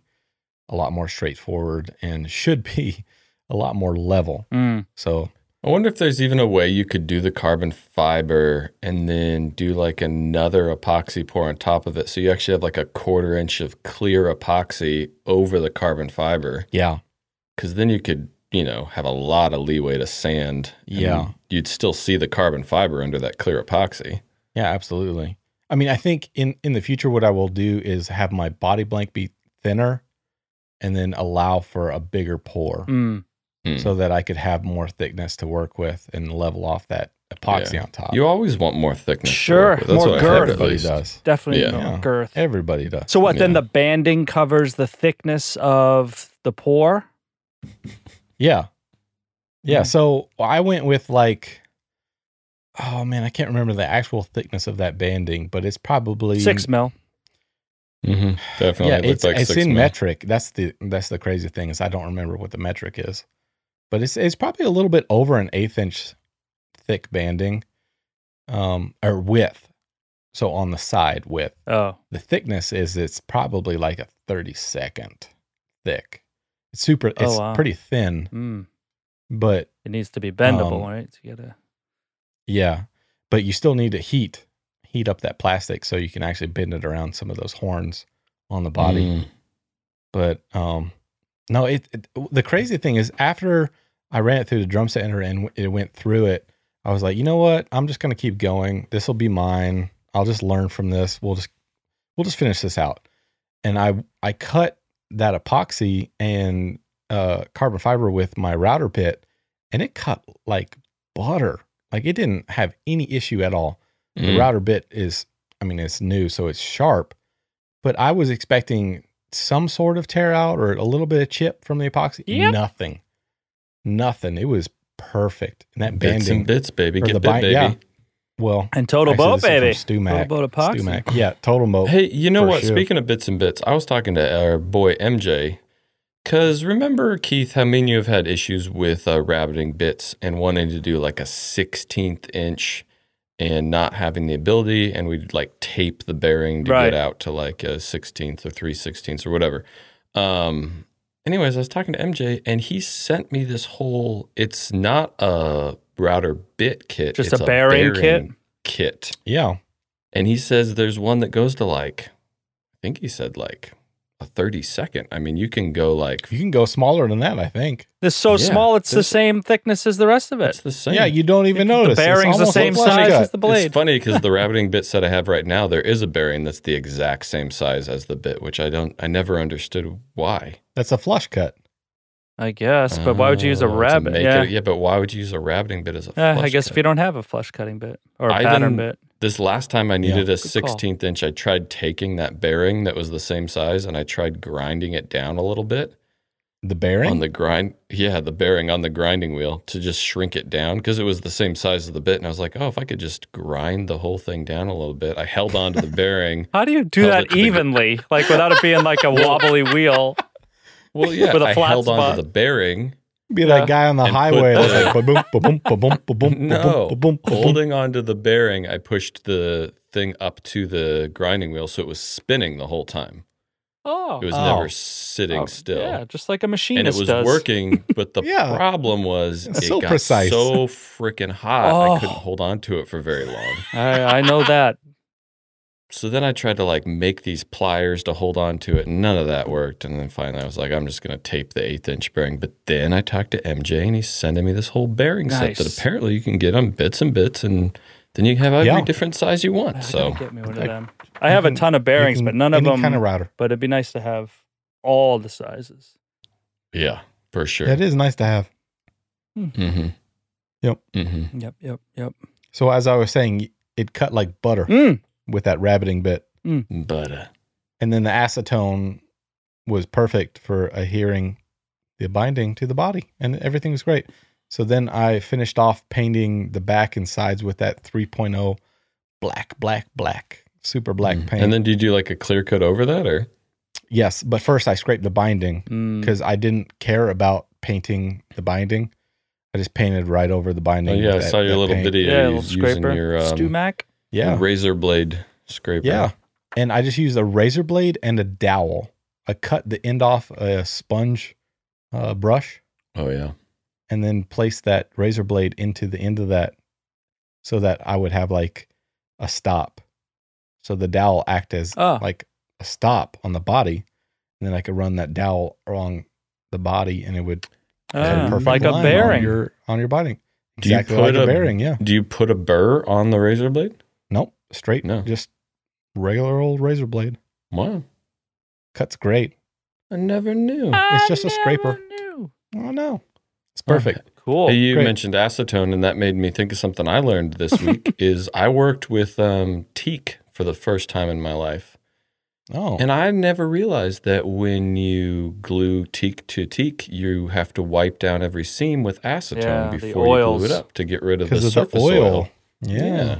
E: a lot more straightforward and should be a lot more level.
B: Mm.
E: So
D: I wonder if there's even a way you could do the carbon fiber and then do like another epoxy pour on top of it. So you actually have like a quarter inch of clear epoxy over the carbon fiber.
E: yeah,
D: Cause then you could, you know, have a lot of leeway to sand. and
E: Yeah.
D: You'd still see the carbon fiber under that clear epoxy.
E: Yeah, absolutely. I mean, I think in in the future, what I will do is have my body blank be thinner, and then allow for a bigger pour
B: Mm.
D: Mm.
E: so that I could have more thickness to work with and level off that epoxy on top.
D: You always want more thickness. to
B: Sure,
D: work with. That's
B: more
D: what I
B: girth.
D: heard, at
E: Everybody
D: least.
E: does.
B: Definitely
D: Yeah.
B: more girth.
E: Everybody does.
B: So what? Then the
D: Yeah.
B: banding covers the thickness of the pour.
E: Yeah. Yeah.
B: Mhm.
E: So I went with like, oh man, I can't remember the actual thickness of that banding, but it's probably
B: Six mil.
D: Mhm. Definitely.
E: Yeah,
D: It looked
E: it's,
D: like
E: it's
D: six
E: in
D: mil.
E: metric. That's the that's the crazy thing is I don't remember what the metric is, but it's it's probably a little bit over an eighth inch thick banding, um, or width. So on the side width,
B: Oh,
E: the thickness is it's probably like a thirty second thick. It's super. It's
B: Oh, wow.
E: pretty thin,
B: mm.
E: but
B: it needs to be bendable,
E: Um,
B: right? So you gotta.
E: Yeah, but you still need to heat heat up that plastic so you can actually bend it around some of those horns on the body.
D: Mm.
E: But um, no, it, it the crazy thing is after I ran it through the drum center and it went through it, I was like, you know what? I'm just gonna keep going. This will be mine. I'll just learn from this. We'll just we'll just finish this out. And I I cut that epoxy and uh, carbon fiber with my router pit, and it cut like butter. Like it didn't have any issue at all. The
D: Mm.
E: router bit is, I mean, it's new, so it's sharp. But I was expecting some sort of tear out or a little bit of chip from the epoxy.
B: Yep.
E: Nothing. Nothing. It was perfect. And that
D: Bits
E: banding.
D: and bits, baby.
E: or
D: Get
E: the
D: bit,
E: bind-
D: baby.
E: yeah. Well,
B: And total
E: actually,
B: boat,
E: this is from
B: baby.
E: Stu Mac.
B: Total boat epoxy.
E: Stu Mac. Yeah, total moat.
D: Hey, you know
E: for
D: what?
E: sure.
D: Speaking of bits and bits, I was talking to our boy MJ. Cause remember, Keith, how many of you have had issues with uh, rabbiting bits and wanting to do like a sixteenth inch, and not having the ability, and we'd like tape the bearing to
B: Right.
D: get out to like a sixteenth or three sixteenths or whatever. Um, anyways, I was talking to MJ, and he sent me this whole. It's not a router bit kit.
B: Just
D: it's
B: a bearing kit?
D: Kit. Kit.
E: Yeah.
D: And he says there's one that goes to like, I think he said like a 30 second. I mean, you can go like,
E: You can go smaller than that, I think.
B: It's so
D: Yeah,
B: small, it's the
D: this-
B: same thickness as the rest of
D: it's
B: it.
D: the same.
E: Yeah, you don't even
B: The
E: notice. It's
B: bearing's the
E: almost
B: same
E: like
B: size
E: cut.
B: as the blade.
D: It's funny because the rabbiting bit set I have right now, there is a bearing that's the exact same size as the bit, which I don't, I never understood why.
E: That's a flush cut.
B: I guess, but why would you use a
D: Oh, to
B: rabbit?
D: make
B: Yeah,
D: it- yeah, but why would you use a rabbiting bit as a?
B: Eh, I
D: flush
B: guess
D: cut?
B: if you don't have a flush cutting bit or a
D: I
B: pattern
D: didn't-
B: bit,
D: This last time I needed
B: call.
D: a 16th inch, I tried taking that bearing that was the same size and I tried grinding it down a little bit.
E: The bearing?
D: on the grind yeah the bearing on the grinding wheel to just shrink it down because it was the same size as the bit and i was like oh if i could just grind the whole thing down a little bit i held on to the bearing
B: how do you do
D: Held it
B: that
D: to the gr-
B: evenly, like without it being like a wobbly wheel?
D: well yeah
B: With a
D: i
B: flat
D: held on
B: spot.
D: to the bearing
E: Be
B: Yeah.
E: that guy on the
D: And put
E: highway that's
D: the-
E: like ba-boom, ba-boom, ba-boom, ba-boom,
D: No.
E: ba-boom, ba-boom.
D: holding on to the bearing i pushed the thing up to the grinding wheel so it was spinning the whole time
B: Oh,
D: it was
E: Oh.
D: never sitting
B: Oh,
D: still
B: Yeah, just like a machinist
D: and it was
B: does.
D: working, but the
E: Yeah.
D: problem was
E: It's
D: it
E: so
D: got
E: precise.
D: so freaking hot.
B: Oh.
D: I couldn't hold on to it for very long.
B: I, I know that.
D: So then I tried to like make these pliers to hold on to it. and None of that worked. And then finally I was like, I'm just going to tape the eighth inch bearing. But then I talked to MJ and he's sending me this whole bearing set that
B: Nice.
D: apparently you can get on bits and bits. And then you can have every
E: Yeah.
D: different size you
B: I
D: want.
B: gotta
D: So
B: get me one
E: I-
B: of them. I have
E: can-
B: a ton of
E: You
B: bearings,
E: can-
B: but none of
E: any
B: them.
E: kind of router.
B: but it'd be nice to have all the sizes.
D: yeah, for sure.
E: That is nice to have.
D: Mm-hmm.
E: Yep.
D: Mm-hmm.
B: Yep, yep, yep.
E: So as I was saying, it cut like butter
B: Mm,
E: with that rabbiting bit,
D: But uh,
E: and then the acetone was perfect for adhering the binding to the body, and everything was great. So then I finished off painting the back and sides with that 3.0 black, black, black, super black
D: mm.
E: paint.
D: And then do you do like a clear coat over that or?
E: yes, but first I scraped the binding
B: mm.
E: because I didn't care about painting the binding. I just painted right over the
D: Oh,
E: binding.
D: yeah,
E: with
D: I
E: that-
D: saw your
E: that
D: little
E: paint.
D: video
B: yeah, a
D: you
B: little
D: was using
B: scraper.
D: your um,
B: Stumac.
E: Yeah.
D: razor blade scraper.
E: Yeah. And I just used a razor blade and a dowel. I cut the end off a sponge uh, brush
D: Oh, yeah.
E: and then placed that razor blade into the end of that so that I would have like a stop. So the dowel act as
B: Oh,
E: like a stop on the body. And then I could run that dowel along the body and it would cut
B: ah,
E: perfect
B: like a
E: line
B: bearing.
E: on your, on your body.
D: Do you
E: Exactly
D: put
E: like a,
D: a-
E: bearing. Yeah.
D: Do you put a burr on the razor blade?
E: Nope. Straight.
D: No.
E: Just regular old razor blade.
D: Wow.
E: Cuts great. I never knew.
B: Ah.
E: it's just a scraper. Oh no. It's perfect.
B: Cool.
D: Hey, you
E: great.
D: mentioned acetone, and that made me think of something I learned this week. is I worked with um, teak for the first time in my life,
E: Oh.
D: and I never realized that when you glue teak to teak, you have to wipe down every seam with acetone
B: Yeah, the
D: before you glue
B: oils.
D: it up to get rid of the
E: Because of the
D: surface
E: oil.
D: oil.
E: Yeah.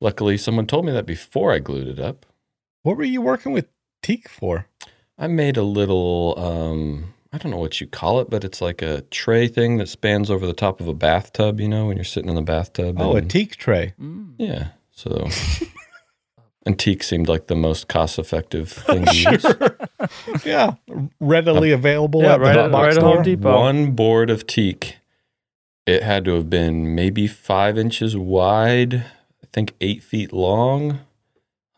D: Luckily, someone told me that before I glued it up.
E: What were you working with teak for?
D: I made a little, um, I don't know what you call it, but it's like a tray thing that spans over the top of a bathtub, you know, when you're sitting in the bathtub.
E: Oh, a
D: and-
E: teak tray.
B: Mm.
D: Yeah. So antique seemed like the most cost effective thing to use.
E: yeah.
D: Um,
E: Readily available
B: Yeah,
E: at
B: right
E: the
B: at-
E: box
B: right at
E: store.
B: Home Depot.
D: One board of teak. It had to have been maybe five inches wide, I think eight feet long,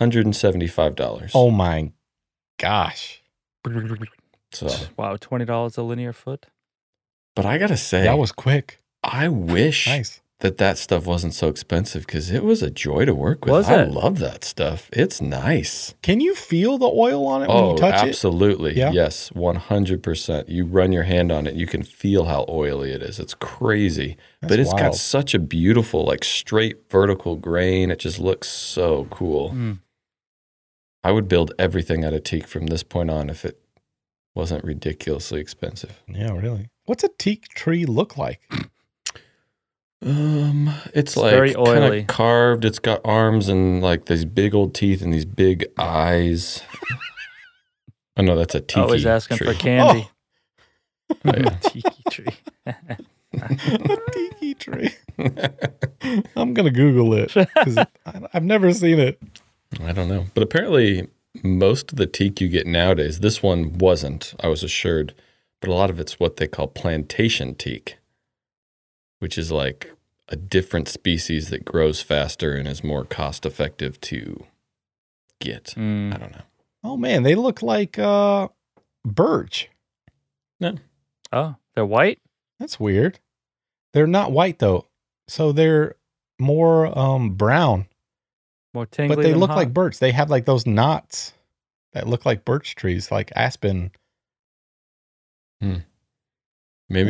D: $175.
E: Oh my gosh.
D: So,
B: Wow, twenty dollars a linear foot.
D: but I got to say,
E: That was quick.
D: I wish
E: Nice.
D: that that stuff wasn't so expensive because it was a joy to work with.
B: Was
D: I
B: it?
D: love that stuff. It's nice.
E: Can you feel the oil on it when
D: Oh,
E: you touch it?
D: absolutely.
E: Yeah.
D: Yes, 100%. You run your hand on it, you can feel how oily it is. It's crazy. but
E: That's
D: it's got
E: wild.
D: such a beautiful, like straight vertical grain. It just looks so cool.
E: Hmm.
B: Mm.
D: I would build everything out of teak from this point on if it wasn't ridiculously expensive.
E: Yeah, really. What's a teak tree look like?
D: Um, it's,
B: It's
D: like
B: very
D: kinda
B: oily.
D: carved. It's got arms and like these big old teeth and these big eyes. oh no, that's a tiki.
B: Always asking
D: tree. Oh,
B: for candy.
E: Oh.
D: yeah.
B: Tiki tree.
E: a tiki tree. I'm gonna Google it because I've never seen it.
D: I don't know. But apparently, most of the teak you get nowadays, this one wasn't, I was assured, but a lot of it's what they call plantation teak, which is like a different species that grows faster and is more cost effective to get. I
B: Mm.
D: don't know.
E: Oh man, they look like uh birch.
B: Oh, they're white.
E: That's weird. They're not white though, so they're more um brown.
B: More tingly.
E: But they
B: than
E: look
B: hot.
E: like birch. They have like those knots that look like birch trees, like aspen.
D: Maybe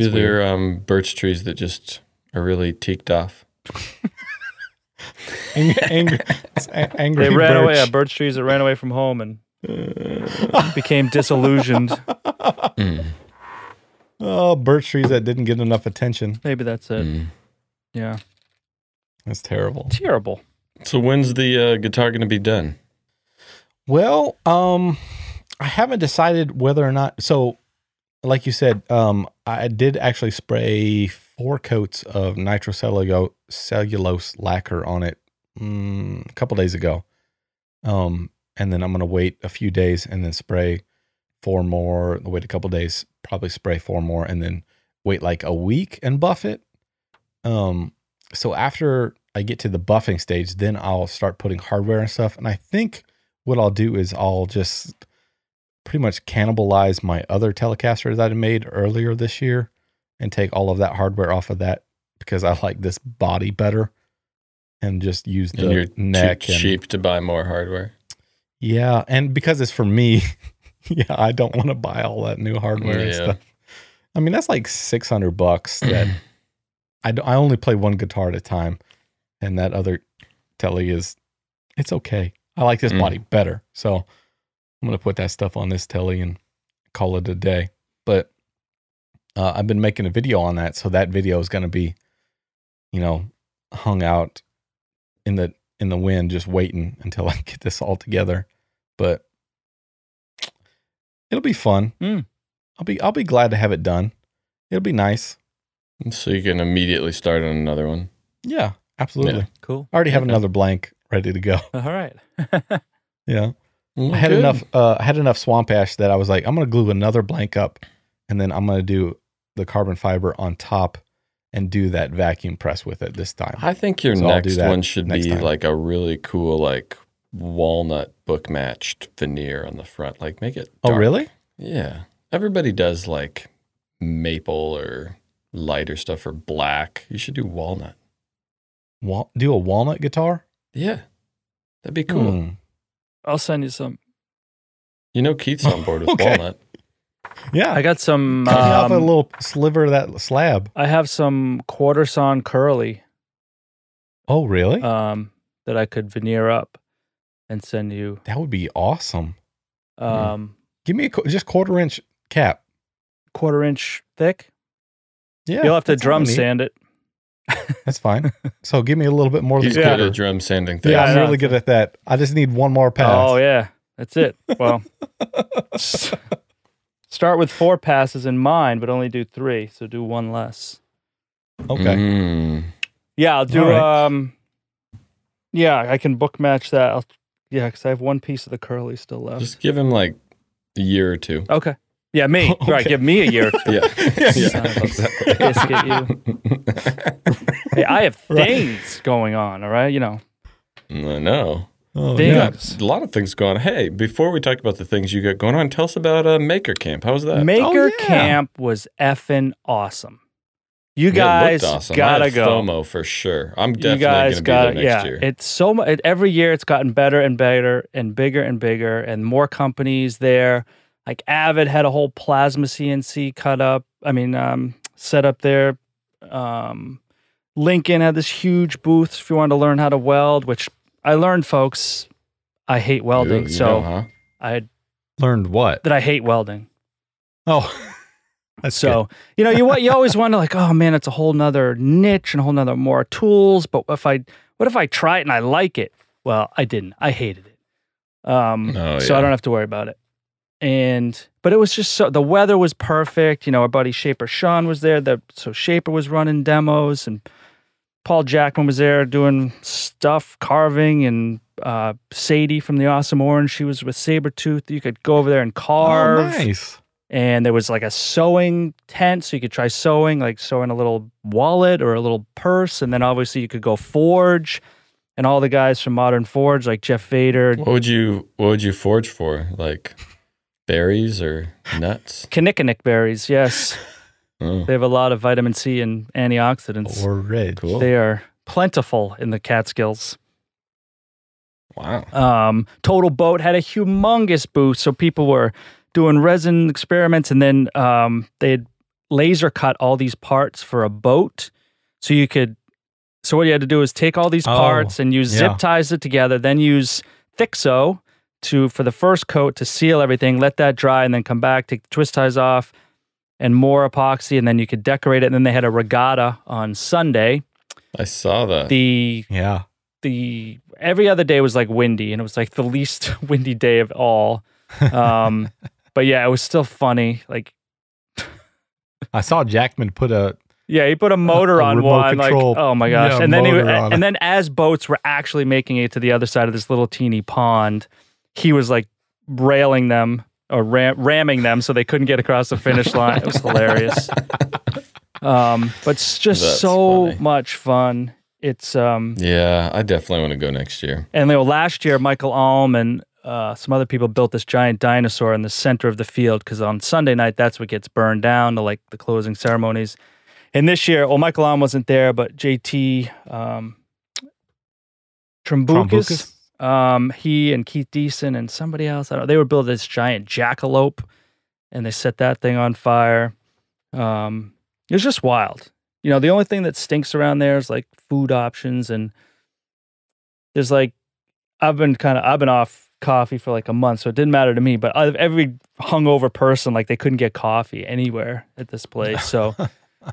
E: That's
D: they're um, birch trees that just are really teaked off.
E: Ang- angry, it's a- angry
B: They ran away.
E: birch.
B: Uh, birch trees that ran away from home and became disillusioned.
D: Mm,
E: Oh, birch trees that didn't get enough attention.
B: Maybe that's it.
D: mm.
B: Yeah.
E: That's terrible.
B: Terrible.
D: So, when's the uh, guitar going to be done?
E: Well, um, I haven't decided whether or not. So, like you said, um, I did actually spray four coats of nitrocellulose cellulose lacquer on it mm, a couple days ago, um, and then I'm gonna wait a few days and then spray four more. Wait a couple days, probably spray four more, and then wait like a week and buff it. Um, so after I get to the buffing stage, then I'll start putting hardware and stuff, and I think what I'll do is I'll just pretty much cannibalize my other Telecaster that I made earlier this year and take all of that hardware off of that because I like this body better and just use
D: And you're
E: the neck
D: too
E: and
D: cheap to buy more hardware.
E: yeah, and because it's for me, yeah, I don't want to buy all that new hardware and
D: Yeah.
E: stuff. I mean, that's like 600 bucks that I, d- I only play one guitar at a time, and that other telly is it's okay. I like this
D: Mm.
E: body better, so I'm gonna put that stuff on this telly and call it a day. But uh, I've been making a video on that, so that video is gonna be, you know, hung out in the in the wind, just waiting until I get this all together. But it'll be fun.
B: Mm.
E: I'll be I'll be glad to have it done. It'll be nice.
D: So you can immediately start on another one.
E: Yeah, absolutely.
B: Cool.
E: I already have another blank ready to go.
B: All right.
E: Yeah.
D: Mm,
E: I had enough uh I had enough swamp ash that I was like, I'm gonna glue another blank up and then I'm gonna do the carbon fiber on top and do that vacuum press with it this time.
D: I think your
E: So I'll do
D: next
E: that
D: one should
E: next
D: be
E: time.
D: like a really cool, like walnut book matched veneer on the front. Like make it.
E: oh
D: dark.
E: really?
D: Yeah. Everybody does like maple or lighter stuff or black. You should do walnut.
E: Wa- do a walnut guitar?
D: Yeah. That'd be cool.
E: Hmm.
B: I'll send you some.
D: You know Keith's on board with
E: Okay.
D: walnut.
E: Yeah.
B: I got some.
E: Cutting off a
B: um,
E: little sliver of that slab.
B: I have some quarter sawn curly
E: Oh, really?
B: um, that I could veneer up and send you.
E: that would be awesome. Mm.
B: Um,
E: Give me a qu- just quarter inch cap.
B: Quarter inch thick.
E: Yeah.
B: You'll have to
E: that's all I
B: drum
E: need.
B: sand it.
E: That's fine. so give me a little bit more
D: He's
E: than
D: good
E: quarter.
D: at drum sanding things.
E: Yeah,
B: I
E: I'm
B: know.
E: really good at that. I just need one more pass.
B: Oh yeah, that's it. Well, s- start with four passes in mind, but only do three. So do one less. Mm-hmm.
E: Okay.
D: Mm.
B: Yeah, I'll do.
E: All right.
B: Um, yeah, I can book match that. I'll, yeah, because I have one piece of the curly still left.
D: Just give him like a year or two.
B: okay. Yeah, me. Right,
E: Okay.
B: give me a year.
D: Yeah.
B: Son of a biscuit, you. Hey, I have things going on. All right, you know
D: I know.
E: Oh,
B: things.
E: yeah.
D: A lot of things going on. Hey, before we talk about the things you got going on, tell us about uh, Maker Camp. How was that?
B: Maker
E: yeah.
B: Camp was effing awesome. You
D: Yeah, it
B: guys
D: looked awesome. I
B: gotta
D: had
B: go.
D: FOMO for sure. I'm
B: you
D: definitely
B: guys
D: gonna
B: got
D: be
B: to
D: there next
B: yeah
D: year.
B: it's so much every year it's gotten better and better and bigger and bigger and more companies there like avid had a whole plasma cnc cut up i mean um, set up there um, lincoln had this huge booth if you wanted to learn how to weld which i learned folks i hate welding
D: Ooh, you
B: so
D: know, huh?
B: i
E: Learned what?
B: that i hate welding
E: Oh. That's
B: so you know you want you always wonder like oh man it's a whole nother niche and a whole nother more tools but if i what if i try it and i like it well i didn't i hated it um
D: Oh,
B: so i
D: yeah.
B: don't have to worry about it and but it was just so the weather was perfect you know our buddy shaper sean was there the, so shaper was running demos and paul jackman was there doing stuff carving and uh, sadie from the awesome orange she was with sabretooth you could go over there and
E: good.
B: carve
E: Oh, nice.
B: and there was like a sewing tent so you could try sewing like sewing a little wallet or a little purse and then obviously you could go forge and all the guys from modern forge like jeff vader
D: What would you What would you forge for? Like berries or nuts?
B: kinnikinick berries yes
D: Oh,
B: they have a lot of vitamin c and antioxidants
E: Or red.
D: cool.
B: they are plentiful in the catskills
D: wow.
B: Um, Total Boat had a humongous booth, so people were doing resin experiments, and then um, they had laser cut all these parts for a boat, so you could. So what you had to do is take all these
E: Oh,
B: parts and use
E: yeah.
B: zip ties it together, then use Thixo to for the first coat to seal everything, let that dry, and then come back, take the twist ties off, and more epoxy, and then you could decorate it. And then they had a regatta on Sunday.
D: I saw that.
B: The
E: Yeah.
B: the every other day was like windy and it was like the least windy day of all um but yeah it was still funny like
E: I saw Jackman put a.
B: yeah he put a motor
E: a
B: on
E: remote
B: one
E: control.
B: like oh my gosh
E: Yeah,
B: and then he,
E: motor on it.
B: and then as boats were actually making it to the other side of this little teeny pond he was like railing them or ram- ramming them so they couldn't get across the finish line it was hilarious um but it's just
D: That's
B: so
D: funny.
B: much fun it's um
D: yeah, I definitely want to go next year.
B: And you know, last year, Michael Alm and uh, some other people built this giant dinosaur in the center of the field because on Sunday night, that's what gets burned down to like the closing ceremonies. And this year, well, Michael Alm wasn't there, but JT um, Trumbukas,
E: Trombucus.
B: um, he and Keith Deason and somebody else, I don't know, they were building this giant jackalope and they set that thing on fire. Um, it was just wild. You know, the only thing that stinks around there is like food options and there's like I've been kind of I've been off coffee for like a month, so it didn't matter to me. But out of every hungover person, like they couldn't get coffee anywhere at this place. So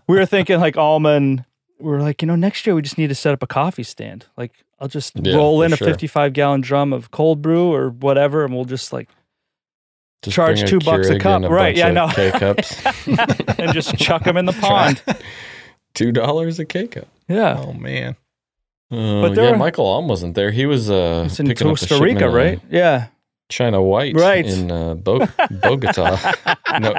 B: we were thinking like almond. We were like, you know, next year we just need to set up a coffee stand. Like I'll just
D: Yeah,
B: roll
D: for
B: in a
D: sure.
B: 55 gallon drum of cold brew or whatever, and we'll just like
D: Just
B: Charge
D: bring
B: two bucks a
D: Keurig
B: cup.
D: and
B: Right,
D: bunch
B: yeah, I
D: of
B: know.
D: K-cups.
B: and just chuck them in the pond.
D: Two dollars a K-cup.
B: Yeah,
E: Oh, man.
D: Oh,
B: But there
D: yeah,
B: were-
D: Michael Alm wasn't there. He was uh,
B: it's in
D: picking up a
B: Costa
D: shipment
B: Rica,
D: of
B: right? Yeah,
D: China White,
B: Right.
D: in uh, Bo- Bogota. no,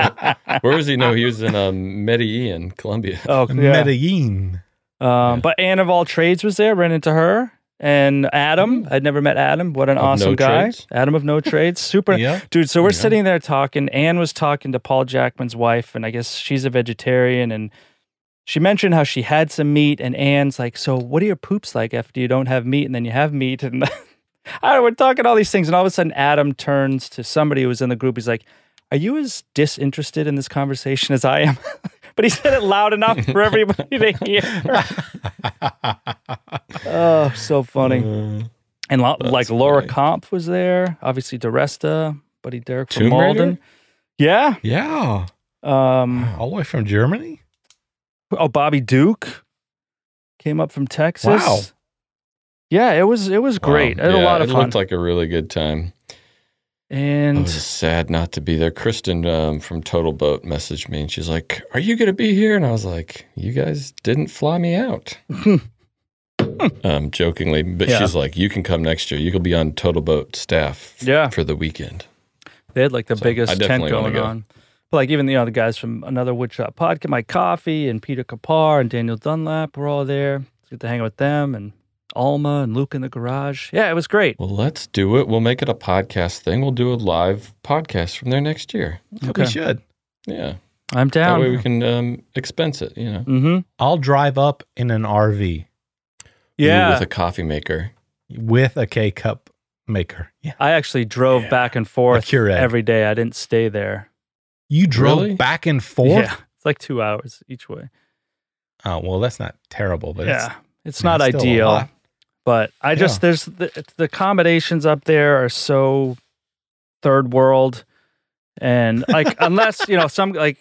D: where was he? No, he was in um, Medellin, Colombia.
B: Oh, yeah.
E: Medellin.
B: Um, But Anne of all trades was there. Ran into her and Adam. I'd never met Adam. What an
D: Mm-hmm. Of
B: awesome
D: No
B: guy.
D: Trades?
B: Adam of no trades. Super
E: Yeah.
B: dude. So we're
D: Yeah.
B: sitting there talking. Anne was talking to Paul Jackman's wife, and I guess she's a vegetarian. And she mentioned how she had some meat, and Anne's like, "So what are your poops like after you don't have meat, and then you have meat?" And I don't know, we're talking all these things, and all of a sudden Adam turns to somebody who was in the group. He's like, Are you as disinterested in this conversation as I am? but he said it loud enough for everybody to hear. Oh, so funny.
D: Uh,
B: And lo-
D: That's
B: like Laura
D: funny.
B: Kampf was there, obviously Duresta, Buddy Derek from
E: Tomb Raider?
B: Malden. Yeah.
E: yeah.
B: Um,
E: All the way from Germany?
B: oh, Bobby Duke came up from Texas.
E: Wow.
B: Yeah, it was it was great.
D: wow.
B: I had a
D: Yeah,
B: lot of
D: it
B: fun.
D: looked Oh, like a really good time. I
B: and
D: was sad not to be there. Kristen um, from Total Boat messaged me and she's like, Are you going to be here? And I was like, You guys didn't fly me out. um, jokingly. But
B: Hmm. Yeah.
D: she's like, You can come next year. You can be on Total Boat staff f-
B: Yeah.
D: for the weekend.
B: They had like the
D: So, I
B: biggest tent
D: definitely wanna
B: going
D: go.
B: on. But like even you know, the guys from another Woodshop podcast, Mike Coffee and Peter Kapar and Daniel Dunlap were all there. It's good to hang out with them and Alma and Luke in the garage. Yeah, it was great.
D: Well, let's do it. We'll make it a podcast thing. We'll do a live podcast from there next year.
B: Okay.
E: We should.
D: Yeah.
B: I'm
D: That way
B: down.
D: we can um, expense it, you know,
B: mm-hmm.
E: I'll drive up in an RV
D: Ooh,
B: Yeah.
D: with a coffee maker.
E: with a K cup maker. Yeah.
B: I actually drove back and forth
E: Keurig.
B: every day. I didn't stay there.
E: You drove
D: Really?
E: back and forth?
B: Yeah. It's like two hours each way.
E: Oh, well, that's not terrible, but
B: yeah.
E: it's,
B: It's not
E: still a
B: ideal.
E: lot.
B: but I just
E: Yeah.
B: there's the, the accommodations up there are so third world, and like unless you know some like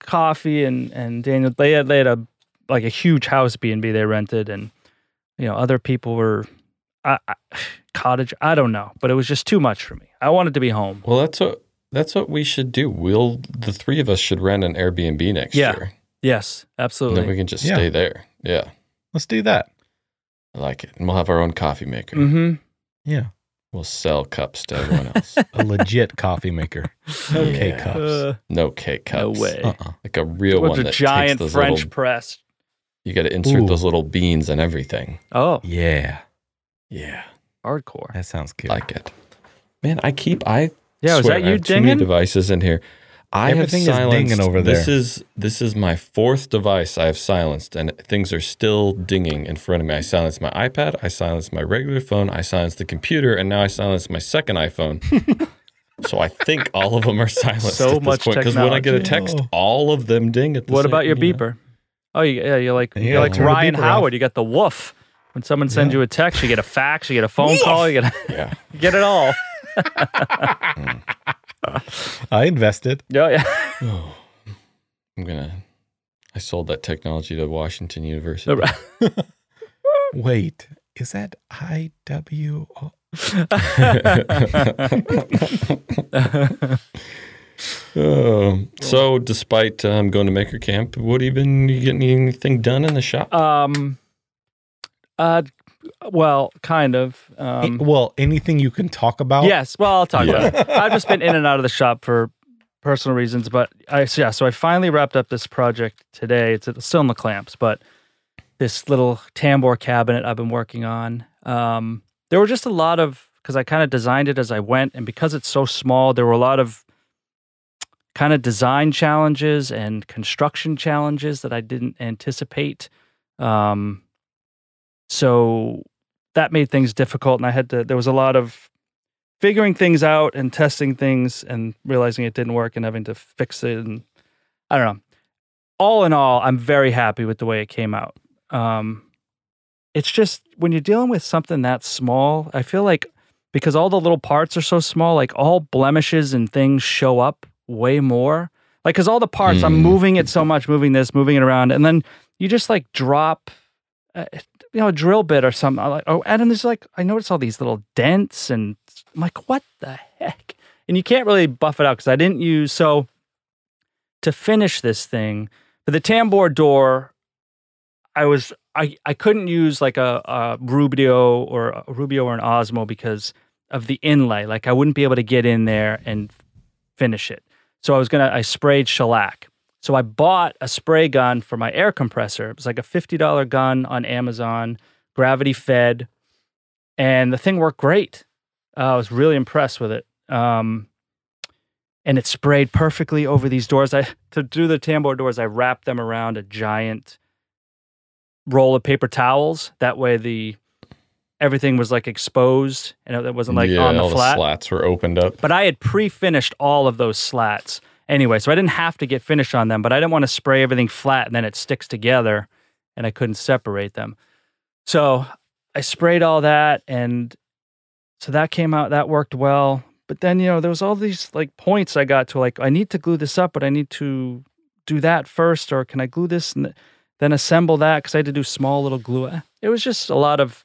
B: coffee and and Daniel they had they had a like a huge house B and B they rented and you know other people were I, I, cottage I don't know but it was just too much for me I wanted to be home
D: Well, that's what that's what we should do. We'll the three of us should rent an Airbnb next
B: Yeah,
D: year.
B: yes
D: And then
B: absolutely
D: we can just
E: Yeah.
D: stay there. Yeah.
E: Let's do that.
D: I like it. And we'll have our own coffee maker.
B: mm-hmm
E: Yeah.
D: We'll sell cups to everyone else.
E: A legit coffee maker. No
D: Yeah.
E: K cups.
D: No cake cups.
B: no way
E: Uh-uh.
D: Like a real
B: With
D: one
B: Uh, a
D: that
B: giant
D: takes those
B: French
D: little-
B: press
D: you got to insert
E: Ooh.
D: those little beans and everything.
B: oh
E: Yeah.
D: Yeah.
B: hardcore
E: That sounds good.
D: Like it. Man, I keep I
B: yeah was
D: swear,
B: that
D: I
B: you
D: have too many
B: dinging
D: devices in here. I
E: Everything is
D: have silenced.
E: dinging over
D: This
E: there.
D: is this is my fourth device I have silenced, and things are still dinging in front of me. I silenced my iPad, I silenced my regular phone, I silenced the computer, and now I silenced my second iPhone. so I think all of them are silenced
B: So
D: at this
B: much
D: point because when I get a
E: technology.
D: text, all of them ding. At the
B: What
D: same-
B: about your
D: you know.
B: beeper? Oh, you, yeah, you're like
E: Yeah,
B: you're like
E: turn the
B: Ryan
E: beeper off.
B: Howard. You got the woof. When someone sends you a text, you get a fax, you get a phone call, you get
D: Yeah.
B: you get it all.
E: I invested.
B: Yeah, yeah.
D: Oh, I'm gonna. I sold that technology to Washington University.
B: All right.
E: Wait, is that I W? O-
D: Um, so, despite um, going to Maker Camp, what have you been you getting anything done in the shop?
B: um, uh, well, kind of. Um,
E: Well, anything you can talk about?
B: yes. Well, I'll talk
D: Yeah.
B: about it. I've just been in and out of the shop for personal reasons, but I so yeah. So I finally wrapped up this project today. It's still in the clamps, but this little tambour cabinet I've been working on. Um, there were just a lot of because I kind of designed it as I went, and because it's so small, there were a lot of kind of design challenges and construction challenges that I didn't anticipate. Um, so that made things difficult, and I had to. There was a lot of figuring things out and testing things and realizing it didn't work and having to fix it and I don't know. All in all, I'm very happy with the way it came out. Um, it's just when you're dealing with something that small, I feel like because all the little parts are so small, like all blemishes and things show up way more. Like, because all the parts, I'm
D: Mm.
B: moving it so much, moving this, moving it around, and then you just like drop, uh, you know, a drill bit or something. I'm like, oh, and then there's like, I notice all these little dents, and I'm like, what the heck? And you can't really buff it out because I didn't use so to finish this thing. For the tambour door, I was I, I couldn't use like a, a Rubio or a Rubio or an Osmo because of the inlay. Like I wouldn't be able to get in there and finish it. So I was gonna I sprayed shellac. So I bought a spray gun for my air compressor. It was like a fifty dollar gun on Amazon, gravity fed, and the thing worked great. Uh, I was really impressed with it. Um, and it sprayed perfectly over these doors. I to do the tambour doors, I wrapped them around a giant roll of paper towels. That way, the everything was like exposed and it wasn't like
D: yeah,
B: on the
D: all
B: flat.
D: the slats were opened up.
B: but I had pre-finished all of those slats anyway, so I didn't have to get finished on them. But I didn't want to spray everything flat and then it sticks together, and I couldn't separate them. So I sprayed all that, and so that came out. That worked well. But then you know there was all these like points I got to like I need to glue this up, but I need to do that first, or can I glue this and then assemble that because I had to do small little glue. It was just a lot of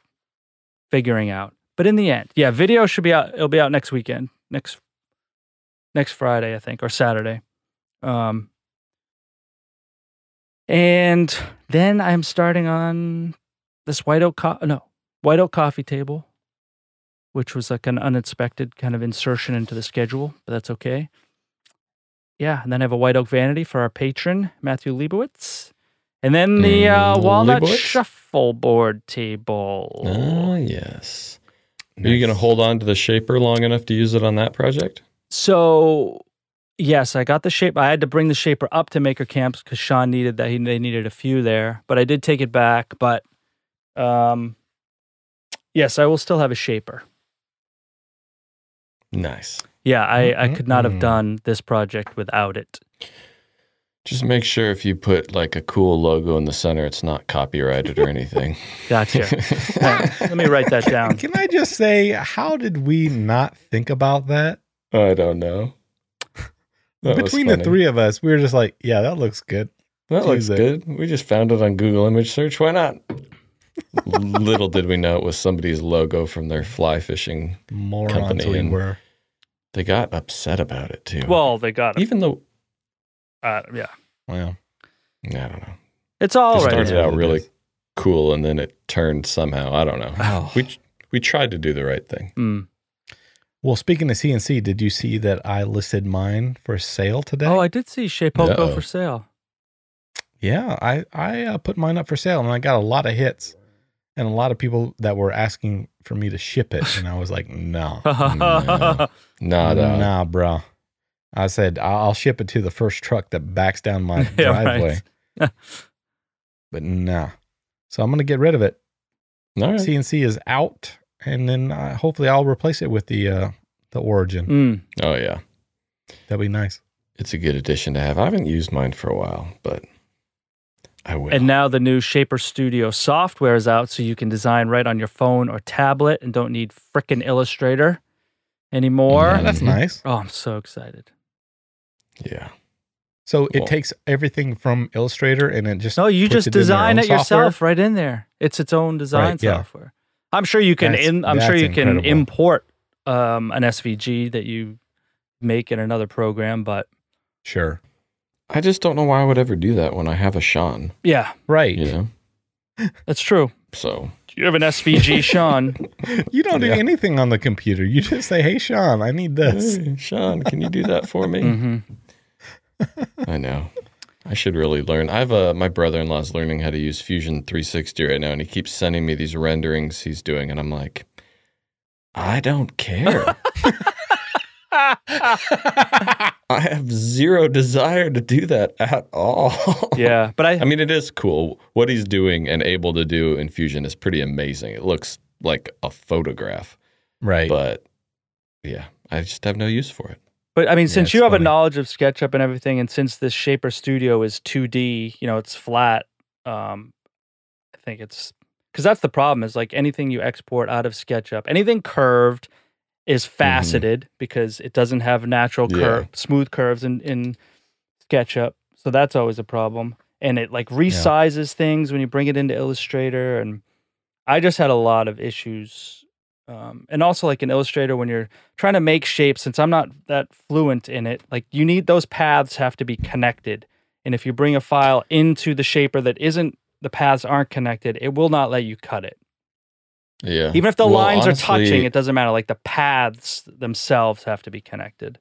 B: figuring out. But in the end, yeah, video should be out. It'll be out next weekend, next next Friday, I think, or Saturday. Um, and then I'm starting on this white oak co- no white oak coffee table, which was like an uninspected kind of insertion into the schedule, but that's okay. Yeah, and then I have a white oak vanity for our patron Matthew Leibowitz, and then the uh,
D: Mm,
B: walnut
D: Leibowitz?
B: shuffleboard table.
D: Oh, yes. Are you going to hold on to the shaper long enough to use it on that project?
B: So yes, I got the shape. I had to bring the shaper up to maker camps because Sean needed that. He they needed a few there, but I did take it back. But um, yes, I will still have a shaper.
D: Nice.
B: Yeah, I, I could not have
E: Mm-mm-mm.
D: Mm-hmm.
B: done this project without it.
D: Just make sure if you put like a cool logo in the center, it's not copyrighted or anything.
B: Gotcha. Let me write that down.
E: Can I just say, how did we not think about that?
D: I don't know. That was
E: Between the
D: funny.
E: three of us, we were just like, yeah, that looks good.
D: That
E: Use
D: looks
E: it.
D: good. We just found it on Google image search. Why not? Little did we know it was somebody's logo from their fly fishing.
E: Morons
D: Company
E: we
D: and-
E: were.
D: They got upset about it too.
B: Well, they got it.
D: even though
B: Uh, yeah,
E: Wow.
D: I don't know,
B: it's all
D: Just
B: right.
D: started
E: Oh, Yeah,
D: out
E: it
D: really
E: is.
D: cool, and then it turned somehow. I don't know. We we tried to do the right thing.
B: Mm.
E: Well, speaking of CNC, did you see that I listed mine for sale today?
B: Oh, I did see Shapeoko
D: Uh-oh.
B: for sale.
E: yeah, I I uh, put mine up for sale and I got a lot of hits and a lot of people that were asking for me to ship it and I was like, no,
D: No. Nada.
E: nah, bro. I said I- I'll ship it to the first truck that backs down my
B: Yeah, right.
E: driveway, but nah. So I'm gonna get rid of it.
D: All right.
E: CNC is out, and then uh, hopefully I'll replace it with the uh, the Origin.
B: Mm.
D: Oh yeah,
E: That'd be nice.
D: it's a good addition to have. I haven't used mine for a while, but I will.
B: And now the new Shaper Studio software is out, so you can design right on your phone or tablet and don't need frickin' Illustrator anymore.
E: Yeah, that's
D: Mhm.
E: nice.
B: Oh, I'm so excited.
D: yeah.
E: So
D: Cool.
E: it takes everything from Illustrator and it just
B: No, you
E: puts
B: just
E: it in their
B: design
E: own
B: it
E: software?
B: yourself right in there. It's its own design
E: Right, yeah.
B: software. I'm sure you can
E: That's-
B: in, I'm sure
E: that's
B: you can
E: incredible.
B: import um, an SVG that you make in another program, but
E: Sure.
D: I just don't know why I would ever do that when I have a Sean.
B: yeah,
E: Right.
D: You know.
B: that's true.
D: So
B: You have an SVG, Sean.
E: You don't do
D: Yeah.
E: anything on the computer. You just say, "Hey, Sean, I need this."
D: Hey, Sean, can you do that for me?
B: hmm
D: I know. I should really learn. I have a my brother in law's learning how to use Fusion 360 right now, and he keeps sending me these renderings he's doing, and I'm like, I don't care. I have zero desire to do that at all.
B: Yeah, but
D: I
B: I
D: mean, it is cool. What he's doing and able to do in Fusion is pretty amazing. It looks like a photograph,
E: Right.
D: but yeah, I just have no use for it.
B: But I mean,
E: Yeah,
B: since
E: it's
B: you have a
E: funny.
B: knowledge of SketchUp and everything, and since this Shaper Studio is 2D, you know, it's flat. Um, I think it's because that's the problem is like anything you export out of SketchUp, anything curved is
E: Mm-hmm.
B: faceted because it doesn't have natural
D: Yeah.
B: curve, smooth curves in, in SketchUp. So that's always a problem. And it like resizes things when you bring it into Illustrator. And I just had a lot of issues. Um, and also, like in Illustrator, when you're trying to make shapes since i'm not that fluent in it like you need those paths have to be connected and if you bring a file into the shaper that isn't the paths aren't connected it will not let you cut it
D: Yeah.
B: even if the
D: Well,
B: lines are
D: honestly,
B: touching it doesn't matter like the paths themselves have to be connected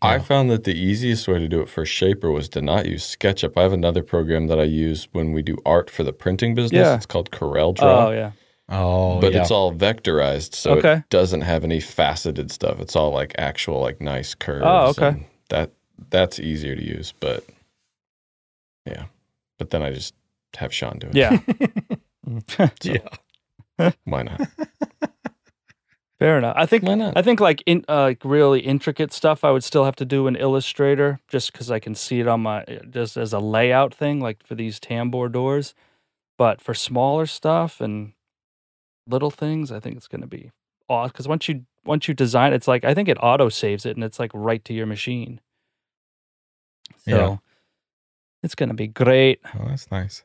D: I
E: Yeah.
D: found that the easiest way to do it for Shaper was to not use SketchUp. I have another program that I use when we do art for the printing business.
B: Yeah.
D: It's called Corel Draw.
B: oh yeah
E: oh,
D: but
E: yeah.
D: it's all vectorized, so
B: Okay.
D: it doesn't have any faceted stuff. It's all like actual, like nice curves.
B: Oh, okay.
D: and That that's easier to use, but yeah. But then I just have Sean do it.
B: yeah
E: yeah. Why not?
B: Fair enough. I think
D: Why not?
B: I think like in uh, like really intricate stuff I would still have to do in Illustrator just because I can see it on my uh, just as a layout thing like for these tambour doors. But for smaller stuff and little things, I think it's going to be odd because once you once you design, it's like I think it auto saves it and it's like right to your machine. So
E: Yeah.
B: it's going to be great.
E: Oh, that's nice.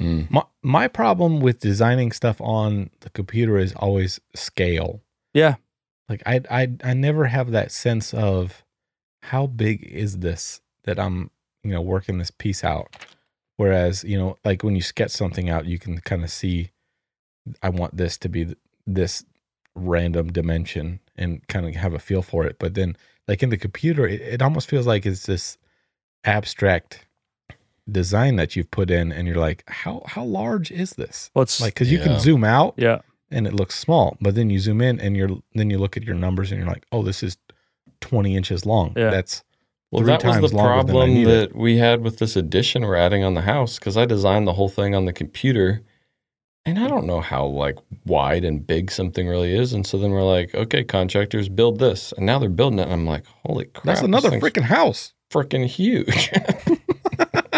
D: Mm.
E: My my problem with designing stuff on the computer is always scale.
B: Yeah.
E: Like I I I never have that sense of how big is this that I'm, you know, working this piece out. Whereas, you know, like when you sketch something out, you can kind of see I want this to be th- this random dimension and kind of have a feel for it. But then like in the computer, it, it almost feels like it's this abstract design that you've put in and you're like, how how large is this?
B: Well, it's
E: Like cuz you
D: Yeah.
E: can zoom out
B: yeah,
E: and it looks small, but then you zoom in and you're then you look at your numbers and you're like, "Oh, this is 20 inches long."
B: Yeah.
E: That's
D: Well,
E: three
D: that was
E: times
D: the
E: longer than I
D: problem
E: needed.
D: that we had with this addition we're adding on the house because I designed the whole thing on the computer, and I don't know how like wide and big something really is. And so then we're like, okay, contractors build this, and now they're building it, and I'm like, holy crap,
E: that's another
D: freaking
E: freaking house.
D: freaking huge.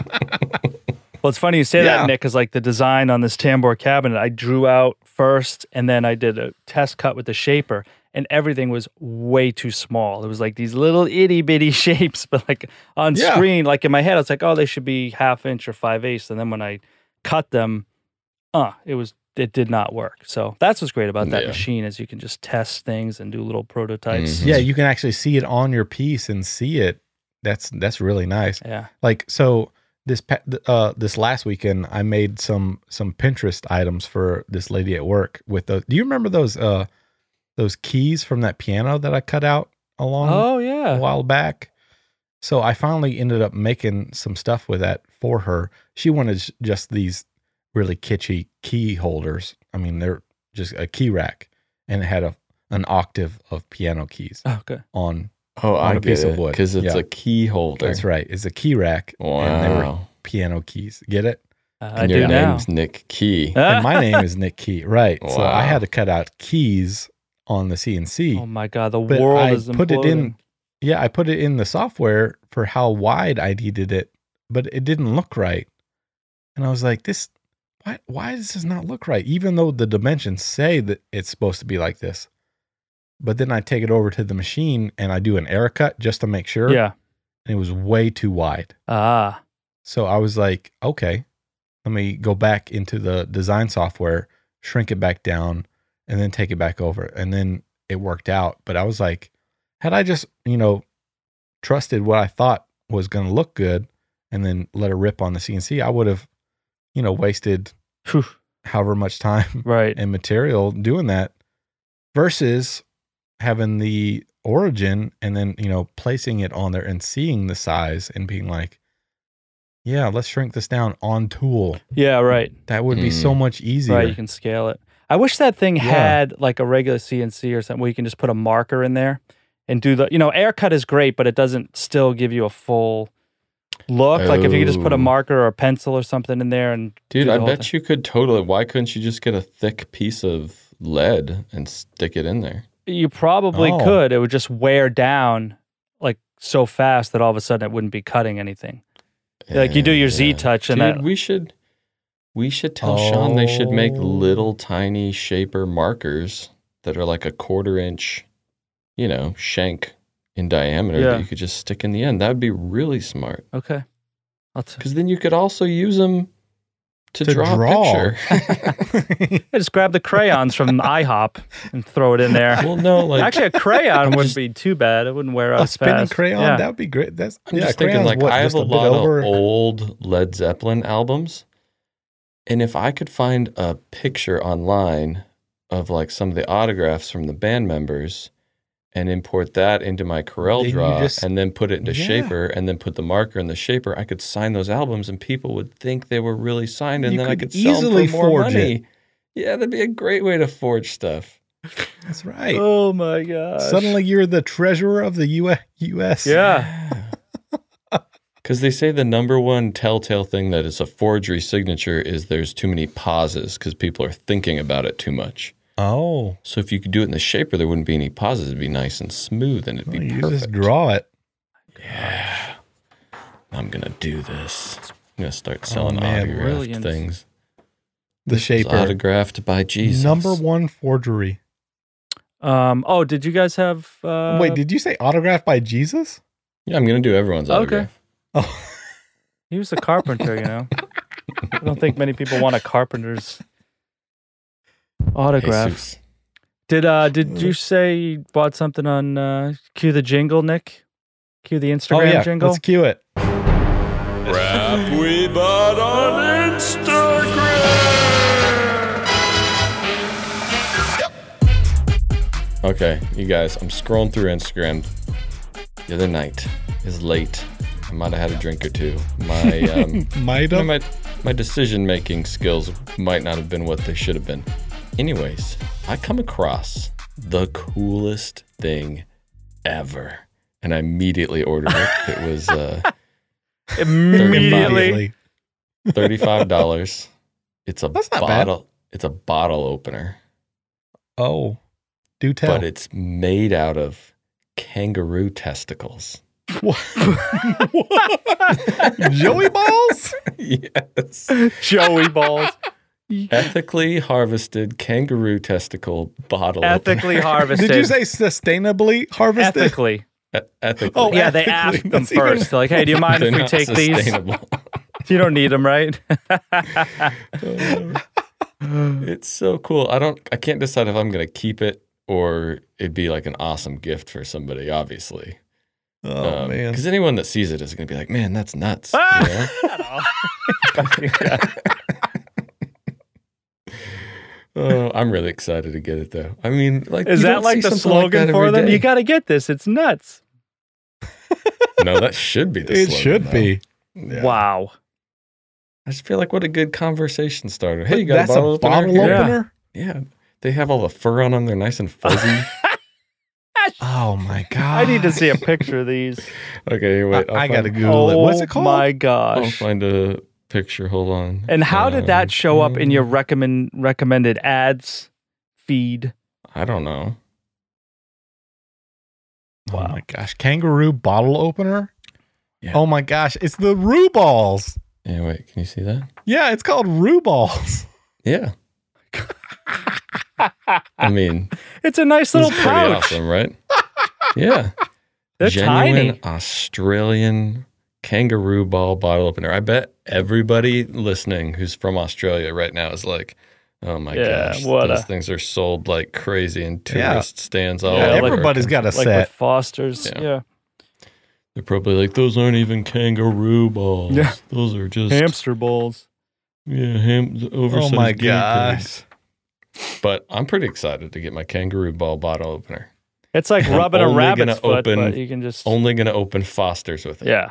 B: Well, it's funny you say
E: Yeah.
B: that, Nick, because like the design on this tambour cabinet, I drew out first, and then I did a test cut with the shaper, and everything was way too small. It was like these little itty bitty shapes, but like on
E: Yeah.
B: screen, like in my head, I was like, oh, they should be half inch or five eighths, and then when I cut them, uh, it was it did not work. So that's what's great about that
D: Yeah.
B: machine is you can just test things and do little prototypes.
D: Mhm.
E: Yeah, you can actually see it on your piece and see it. That's that's really nice.
B: Yeah,
E: Like so this pa- th- uh this last weekend I made some some Pinterest items for this lady at work with those. Do you remember those uh those keys from that piano that I cut out along
B: Oh
E: a
B: yeah.
E: while back. So I finally ended up making some stuff with that for her. She wanted j- just these really kitschy key holders. I mean, they're just a key rack, and it had a an octave of piano keys
B: Oh, good.
E: on.
D: oh,
E: On
D: I
E: a piece
D: get
E: of
D: it
E: wood.
D: because it's
E: Yeah.
D: a key holder.
E: That's right. It's a key rack,
D: Wow.
E: and
D: And,
E: they were piano keys. Get it?
B: Uh, I
D: your
B: do now.
D: name's Nick Key.
E: And my name is Nick Key, right? So I
D: Wow.
E: had to cut out keys on the CNC.
B: oh my god, the
E: but
B: world
E: I
B: is
E: put it in
B: imploding.
E: yeah, I put it in the software for how wide I needed it, but it didn't look right. And I was like, this, why, why does this not look right? Even though the dimensions say that it's supposed to be like this. But then I take it over to the machine and I do an air cut just to make sure.
B: Yeah.
E: And it was way too wide.
B: Ah.
E: So I was like, okay, let me go back into the design software, shrink it back down, and then take it back over. And then it worked out. But I was like, had I just, you know, trusted what I thought was going to look good and then let it rip on the CNC, I would have, you know, wasted
B: Phew.
E: however much time
B: Right.
E: and material doing that versus having the origin and then you know placing it on there and seeing the size and being like yeah let's shrink this down on tool
B: Yeah, right.
E: that would be
D: Mm.
E: so much easier
B: Right. You can scale it. I wish that thing
E: Yeah.
B: had like a regular CNC or something where you can just put a marker in there and do the, you know, air cut is great, but it doesn't still give you a full look. Like if you could just put a
D: Oh.
B: marker or a pencil or something in there and
D: Dude,
B: do
D: I
B: the whole
D: bet
B: thing.
D: you could totally. Why couldn't you just get a thick piece of lead and stick it in there?
B: you probably
E: Oh.
B: could. It would just wear down like so fast that all of a sudden it wouldn't be cutting anything. Like you do your Z
D: Yeah.
B: touch and
D: Dude,
B: that.
D: we should we should tell Sean they should make
E: Oh.
D: little tiny shaper markers that are like a quarter inch, you know, shank in diameter
B: Yeah.
D: that you could just stick in the end. That would be really smart
B: Okay. I'll t-
D: because then you could also use them to,
E: To
D: draw,
E: draw.
D: a picture.
B: I just grab the crayons from IHOP and throw it in there.
D: well, no, like
B: Actually, a crayon
D: I'm
B: wouldn't
D: just-
B: be too bad. It wouldn't wear out
E: a spinning
B: fast.
E: crayon
B: Yeah.
E: that would be great that's
D: I'm
E: yeah,
D: just thinking
E: crayons,
D: like
E: what,
D: I have
E: just
D: a,
E: bit
D: lot
E: over-
D: of old Led Zeppelin albums, and if I could find a picture online of like some of the autographs from the band members, and import that into my Corel
E: Then you
D: Draw,
E: just-
D: and then put it into
E: Yeah.
D: Shaper, and then put the marker in the Shaper, I could sign those albums, and people would think they were really signed, and
E: You
D: then I
E: could
D: could sell
E: easily
D: them for more
E: forge it.
D: money. Yeah, that'd be a great way to forge stuff.
E: that's right
B: Oh my god!
E: suddenly you're the treasurer of the U- us
B: yeah.
D: Because they say the number one telltale thing that is a forgery signature is there's too many pauses because people are thinking about it too much.
E: Oh,
D: So if you could do it in the shaper, there wouldn't be any pauses. It'd be nice and smooth, and it'd
E: well,
D: be
E: you
D: perfect.
E: just draw it.
D: I'm gonna do this. I'm gonna start selling
E: Oh, man,
D: autographed
B: brilliant.
D: things.
E: The
D: It's
E: shaper.
D: autographed by Jesus.
E: Number one forgery.
B: Um. Oh, did you guys have? Uh,
E: Wait, did you say autographed by Jesus?
D: Yeah, I'm gonna do everyone's
B: Okay.
D: autograph.
E: Oh,
B: he was a carpenter. You know, I don't think many people want a carpenter's autograph.
D: Jesus.
B: Did uh? Did you say you bought something on uh, cue the jingle, Nick? Cue the Instagram
E: oh yeah.
B: jingle.
E: Let's cue it.
D: Crap we bought on Instagram. Okay, you guys, I'm scrolling through Instagram. The other night is late. I might have had a drink or two. My um,
E: Might
D: you know,
E: have.
D: my my decision making skills might not have been what they should have been. Anyways, I come across the coolest thing ever, and I immediately ordered it. It was. Uh,
B: Immediately.
D: Thirty-five dollars. It's a
E: That's not bad.
D: bottle. It's a bottle opener,
E: Oh, do tell.
D: but it's made out of kangaroo testicles.
E: Joey balls?
D: yes,
B: Joey balls.
D: ethically harvested kangaroo testicle bottle.
B: Ethically harvested.
E: Did you say sustainably harvested?
B: ethically?
D: opener. E- ethically.
E: Oh,
B: Yeah, they
E: Ethically,
B: asked them
E: that's even-
B: first. They're like, hey, do you mind
D: They're
B: if we
D: not
B: take these?
D: sustainable.
B: You don't need them, right?
D: it's so cool. I don't. I can't decide if I'm gonna keep it or it'd be like an awesome gift for somebody. Obviously.
E: Oh man.
D: Because anyone that sees it is going to be like, man, that's nuts. you
B: Ah!
D: know? Oh, I'm really excited to get it though. I mean, like,
B: Is
D: you
B: that
D: don't
B: like
D: see
B: the
D: something
B: slogan
D: that
B: for
D: every
B: them?
D: day.
B: You got to get this. It's nuts.
D: no, that should be the.
E: It
D: slogan,
E: should
D: though.
E: be.
D: Yeah.
B: Wow.
D: I just feel like what a good conversation starter. Hey, you got
E: That's
D: a bottle
E: a
D: opener?
E: bottle
D: yeah.
E: opener?
D: Yeah, they have all the fur on them. They're nice and fuzzy.
E: Oh my god.
B: Ah, I need to see a picture of these.
D: okay, here, wait.
E: I, I
D: I'll
E: gotta
D: find-
E: Google it. What's
B: Oh
E: it called?
B: my
D: I'll
B: gosh.
D: find a picture. Hold on.
B: and how did that
D: Um,
B: show up in your recommend recommended ads feed?
D: I don't know.
E: Oh my gosh. Kangaroo bottle opener?
D: Yeah.
E: Oh my gosh. It's the Roo balls.
D: Yeah, wait. Can you see that?
E: Yeah, it's called Roo balls.
D: Yeah. I mean,
B: It's a nice
D: It's
B: little
D: pretty
B: pouch.
D: awesome, right? yeah.
B: They're
D: Genuine
B: tiny.
D: Australian kangaroo ball bottle opener. I bet everybody listening who's from Australia right now is like, oh my
B: Yeah,
D: gosh,
B: what
D: those
B: a-
D: things are sold like crazy in
E: Yeah.
D: tourist stands all
B: Yeah,
D: over.
B: like-
E: Everybody's got a
B: Like with
E: set.
B: Foster's.
D: Yeah.
B: Yeah.
D: They're probably like, those aren't even kangaroo balls.
B: Yeah.
D: Those are just,
B: Hamster balls.
D: yeah, ham-
E: Oh
D: oversized
E: my
D: guinea
E: gosh.
D: pigs. But I'm pretty excited to get my kangaroo ball bottle opener.
B: It's like
D: I'm
B: rubbing a
D: only gonna
B: rabbit's foot,
D: open-
B: but you can just.
D: Only going to open Foster's with it.
B: Yeah.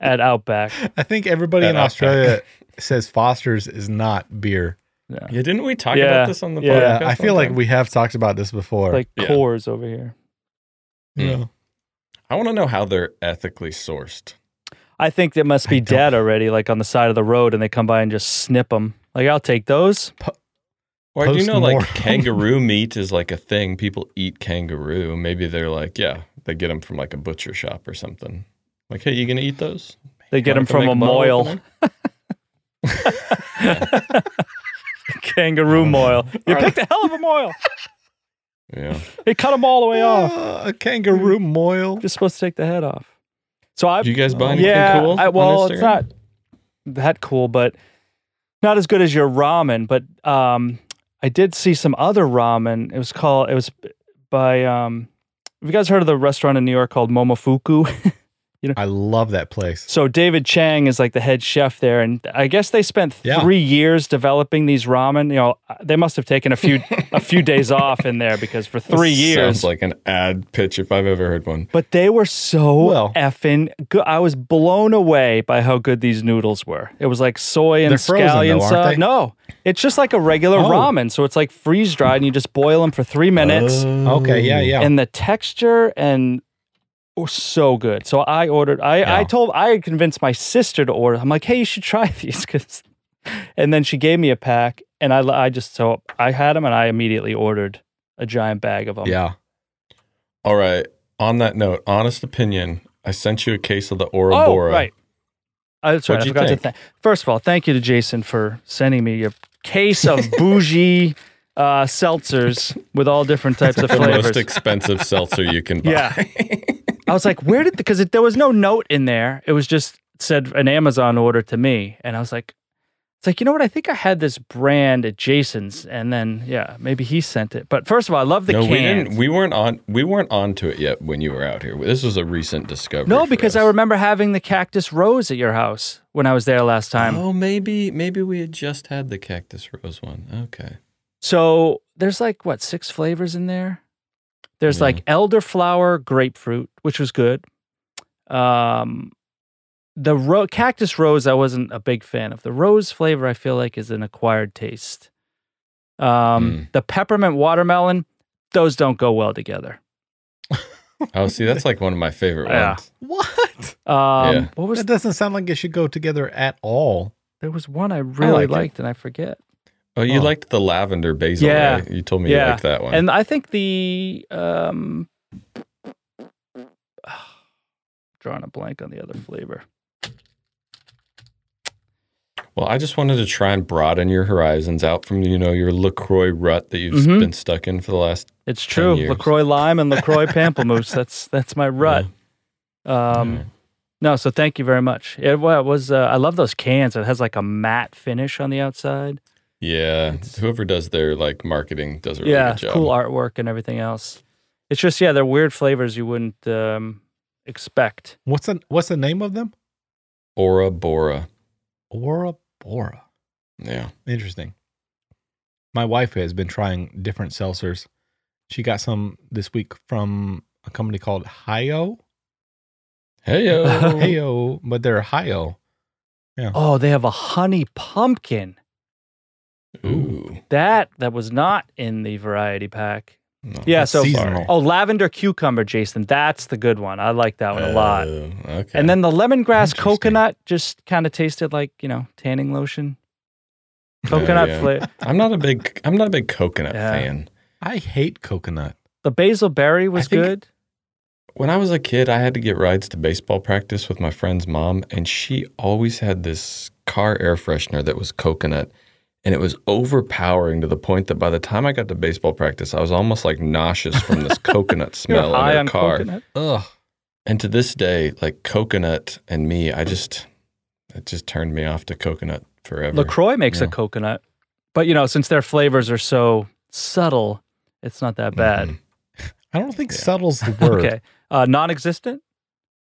B: At Outback.
E: I think everybody
D: At
E: in
D: Outback.
E: Australia says Foster's is not beer.
B: Yeah.
D: Yeah, didn't we talk
B: Yeah,
D: about this on the
B: yeah.
D: podcast?
E: Yeah, I feel
D: one
E: like
D: time?
E: we have talked about this before.
B: Like
D: Yeah.
B: cores over here.
E: you
D: Mm.
E: know.
D: I want to know how they're ethically sourced.
B: I think they must
E: I
B: be
E: don't-
B: dead already, like on the side of the road, and they come by and just snip them. Like, I'll take those.
D: Or do you know like
E: Postmortem.
D: kangaroo meat is like a thing? People eat kangaroo. Maybe they're like, yeah, they get them from like a butcher shop or something. Like, hey, you gonna eat those?
B: They get them
D: Wanna go
B: from
D: make
B: a
D: bottle
B: moil,
D: opener? Oh.
B: kangaroo moil. You picked a hell of a moil.
D: Yeah.
B: They cut them all the way off.
E: Uh, a kangaroo moil.
B: Mm. Just supposed to take the head off. So I,
D: Do you guys buy anything
B: yeah,
D: cool?
B: I,
D: on
B: well, it's
D: Instagram?
B: not that cool, but not as good as your ramen. But um, I did see some other ramen. It was called. It was by. Um, have you guys heard of the restaurant in New York called Momofuku?
E: I love that place.
B: So David Chang is like the head chef there, and I guess they spent
E: Yeah.
B: three years developing these ramen. You know, they must have taken a few a few days off in there because for
D: This
B: three years.
D: Sounds like an ad pitch if I've ever heard one.
B: but they were so
E: Well-
B: effing good. I was blown away by how good these noodles were. It was like soy and
E: They're frozen,
B: scallion
E: though, aren't
B: sauce.
E: they?
B: No, it's just like a regular
E: Oh.
B: ramen. So it's like freeze
D: Oh.
B: dried, Mm. and you just boil them for three minutes.
E: Okay, yeah, yeah.
B: And the texture and so good. So I ordered. I
E: Yeah.
B: I told I had convinced my sister to order. I'm like, hey, you should try these because. And then she gave me a pack, and I I just so I had them, and I immediately ordered a giant bag of them.
E: Yeah.
D: All right. On that note, honest opinion, I sent you a case of the Oral
B: Oh, right. Uh, that's right.
D: What'd
B: I
D: you
B: forgot
D: think?
B: to thank. First of all, thank you to Jason for sending me your case of bougie uh, seltzers with all different types of
D: The most
B: flavors.
D: expensive seltzer you can buy.
B: Yeah. I was like, where did because there was no note in there. It was just said an Amazon order to me, and I was like, it's like you know what? I think I had this brand at Jason's, and then yeah, maybe he sent it. But first of all, I love the
D: no,
B: cans.
D: we didn't. We weren't on. We weren't on to it yet when you were out here. This was a recent discovery.
B: no,
D: for
B: because
D: us.
B: I remember having the cactus rose at your house when I was there last time.
D: Oh, maybe maybe we had just had the cactus rose one. Okay.
B: So there's like what six flavors in there. There's
D: Yeah.
B: like elderflower grapefruit, which was good. Um, the ro- cactus rose, I wasn't a big fan of. The rose flavor, I feel like, is an acquired taste. Um,
D: Mm.
B: the peppermint watermelon, those don't go well together.
D: Oh, see, that's like one of my favorite
B: Yeah.
D: ones.
E: What?
B: Um,
D: Yeah.
B: What was
E: That doesn't sound like it should go together at all.
B: there was one I really
E: like it.
B: liked and I forget.
D: Oh, you
E: Oh.
D: liked the lavender basil.
B: Yeah.
D: right? You told me
B: Yeah.
D: you liked that one.
B: And I think the um drawing a blank on the other flavor.
D: well, I just wanted to try and broaden your horizons out from you know your Lacroix rut that you've
B: Mhm.
D: been stuck in for the last.
B: It's true.
D: years.
B: Lacroix lime and Lacroix pamplemousse. That's that's my rut. Um,
D: Alright.
B: No, so thank you very much. It, wa- it was. Uh, I love those cans. It has like a matte finish on the outside.
D: Yeah,
B: It's-
D: whoever does their like marketing does a really
B: yeah,
D: good job.
B: cool artwork and everything else. It's just yeah, they're weird flavors you wouldn't um, expect.
E: What's the What's the name of them?
D: Ora Bora.
E: Bora Bora.
D: Yeah.
E: Interesting. My wife has been trying different seltzers. She got some this week from a company called Hyo.
D: Hey yo.
E: Hyo, but they're Hyo.
B: Oh, they have a honey pumpkin. Oh.
D: Ooh.
B: That that was not in the variety pack.
D: No.
B: Yeah,
E: It's
B: so
E: seasonal.
B: oh lavender cucumber, Jason. That's the good one. I like that one a lot.
D: Oh, okay.
B: And then the lemongrass
E: Interesting.
B: coconut just kind of tasted like, you know, tanning lotion. Coconut
D: yeah.
B: flavor.
D: I'm not a big I'm not a big coconut
B: Yeah.
D: fan.
E: I hate coconut.
B: The basil berry was
D: think-
B: good.
D: When I was a kid, I had to get rides to baseball practice with my friend's mom, and she always had this car air freshener that was coconut, and it was overpowering to the point that by the time I got to baseball practice, I was almost like nauseous from this coconut
B: You were
D: smell in her car.
B: coconut.
E: Ugh.
D: And to this day, like coconut and me, I just it just turned me off to coconut forever.
B: LaCroix makes a
D: Yeah.
B: coconut. But you know, since their flavors are so subtle, it's not that bad.
D: Mhm.
E: I don't think
D: Yeah.
E: subtle's the word.
B: Okay. Uh non existent?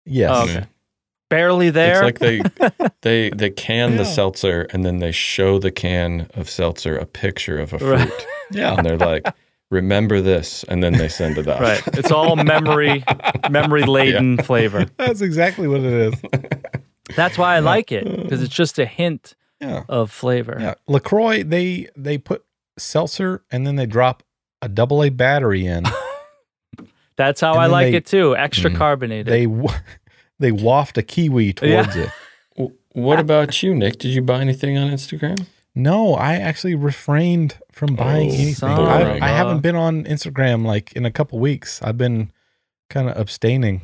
E: Yes.
D: Um,
B: Oh, okay. Barely there.
D: It's like they they they can
E: Yeah.
D: the seltzer and then they show the can of seltzer a picture of a fruit
B: Right.
E: Yeah.
D: and they're like, remember this, and then they send it out.
B: right. It's all memory memory laden flavor.
E: That's exactly what it is.
B: That's why I like it. Because it's just a hint
E: Yeah.
B: of flavor.
E: Yeah. LaCroix, they they put seltzer and then they drop a double A battery in.
B: That's how
E: And
B: I
E: then
B: like
E: they-
B: it too. Extra
D: Mhm.
B: carbonated.
E: they wa- they waft a kiwi
B: Yeah.
E: towards it.
D: W- What about you, Nick? Did you buy anything on Instagram?
E: No, I actually refrained from buying
D: Oh,
E: anything.
B: son
E: I,
D: of
E: I
B: a-
E: haven't been on Instagram like in a couple weeks. I've been kind of abstaining.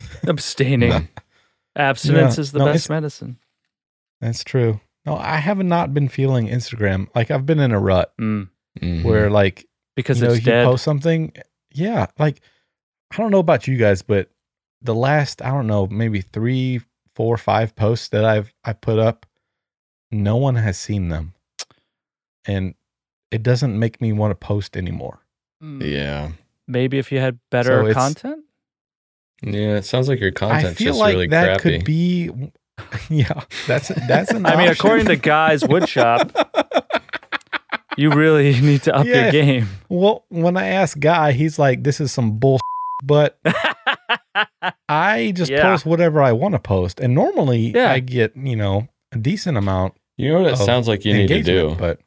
B: abstaining.
D: No.
B: Abstinence
E: Yeah.
B: is the
E: No,
B: best
E: it's-
B: medicine.
E: That's true. No, I have not been feeling Instagram. Like I've been in a rut
B: Mm.
D: Mm-hmm.
E: where like
B: Because
E: you know,
B: it's
E: you
B: dead.
E: post something. Yeah, like I don't know about you guys, but the last I don't know maybe three, four, five posts that I've I put up, no one has seen them, and it doesn't make me want to post anymore.
B: Mm.
D: Yeah.
B: Maybe if you had
E: So
B: better
E: it's-
B: content.
D: Yeah, it sounds like your content's
E: I feel
D: just
E: like
D: really
E: that
D: crappy.
E: could be, yeah, that's that's an.
B: I
E: option.
B: mean, according to Guy's Woodshop, you really need to up
E: Yeah.
B: your game.
E: well, when I asked Guy, he's like, "This is some bull," but I just
B: Yeah.
E: post whatever I want to post, and normally
B: Yeah.
E: I get you know a decent amount
D: you know what it
E: of
D: sounds like you need to
E: engagement,
D: do?
E: But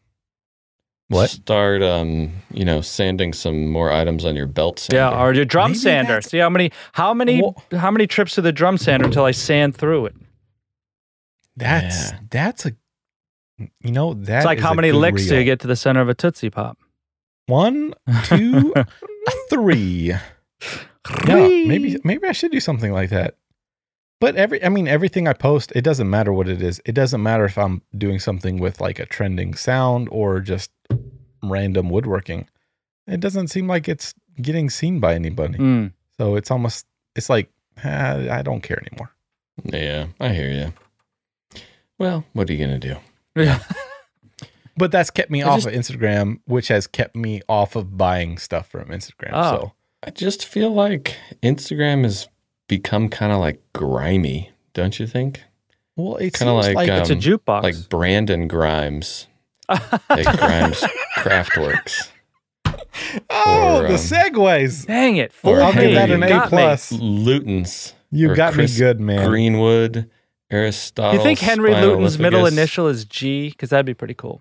E: What?
D: Start, um, you know, sanding some more items on your belt. Sander.
B: Yeah, or your drum
E: Maybe
B: sander.
E: that's-
B: See how many how many
E: Well-
B: how many trips to the drum sander until I sand through it.
E: That's
D: Yeah.
E: that's a you know that
B: It's like
E: is
B: how
E: a
B: many
E: good
B: licks do
E: reel.
B: you get to the center of a tootsie pop?
E: One, two, three. Yeah, maybe maybe I should do something like that. But every I mean everything I post, it doesn't matter what it is. It doesn't matter if I'm doing something with like a trending sound or just random woodworking. It doesn't seem like it's getting seen by anybody.
B: Mm.
E: So it's almost it's like ah, I don't care anymore.
D: Yeah, I hear you. Well, what are you gonna do?
B: Yeah.
E: But that's kept me
D: I
E: off of Instagram, which has kept me off of buying stuff from Instagram.
B: Oh.
E: So
D: I just feel like Instagram has become kind of like grimy, don't you think?
E: well, it's
D: Kinda
E: like,
D: like,
B: It's a
D: Um,
B: jukebox.
D: Like Brandon Grimes, like Grimes Craftworks.
E: oh
D: or,
E: the
D: um,
E: segues.
B: Dang it.
D: Or
B: Four
E: I'll give
D: Henry,
E: that
D: you
E: an A
B: got me.
E: plus.
D: Lutens,
E: You
D: Or
E: got me
D: Chris
E: good, man.
D: Greenwood, Aristotle.
B: You think Henry Luton's middle
D: Spinolithagus.
B: initial is G? Because that'd be pretty cool.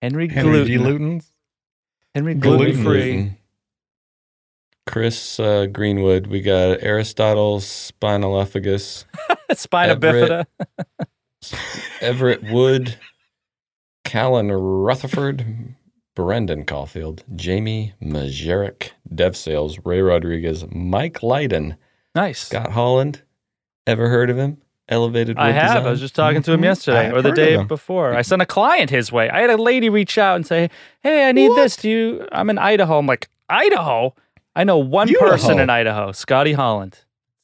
B: Henry,
E: Henry G.
B: Gluten.
E: Luton's.
B: Henry
E: Gluten
B: gluten free.
D: Luton. Chris uh, Greenwood. We got Aristotle Spinalophagus,
B: Spina
D: Everett.
B: bifida.
D: Everett Wood, Callan Rutherford, Brendan Caulfield, Jamie Majerek, Dev Sales, Ray Rodriguez, Mike Leiden,
B: Nice.
D: Scott Holland. Ever heard of him? Elevated.
B: I
D: Wood
B: have.
D: Design?
B: I was just talking to him
E: Mhm.
B: yesterday
E: I've
B: or the
E: heard of
B: day
E: him.
B: before. I sent a client his way. I had a lady reach out and say, Hey, I need this. Do you? I'm in Idaho. I'm like, Idaho? I know one person
E: Idaho.
B: in Idaho, Scotty Holland.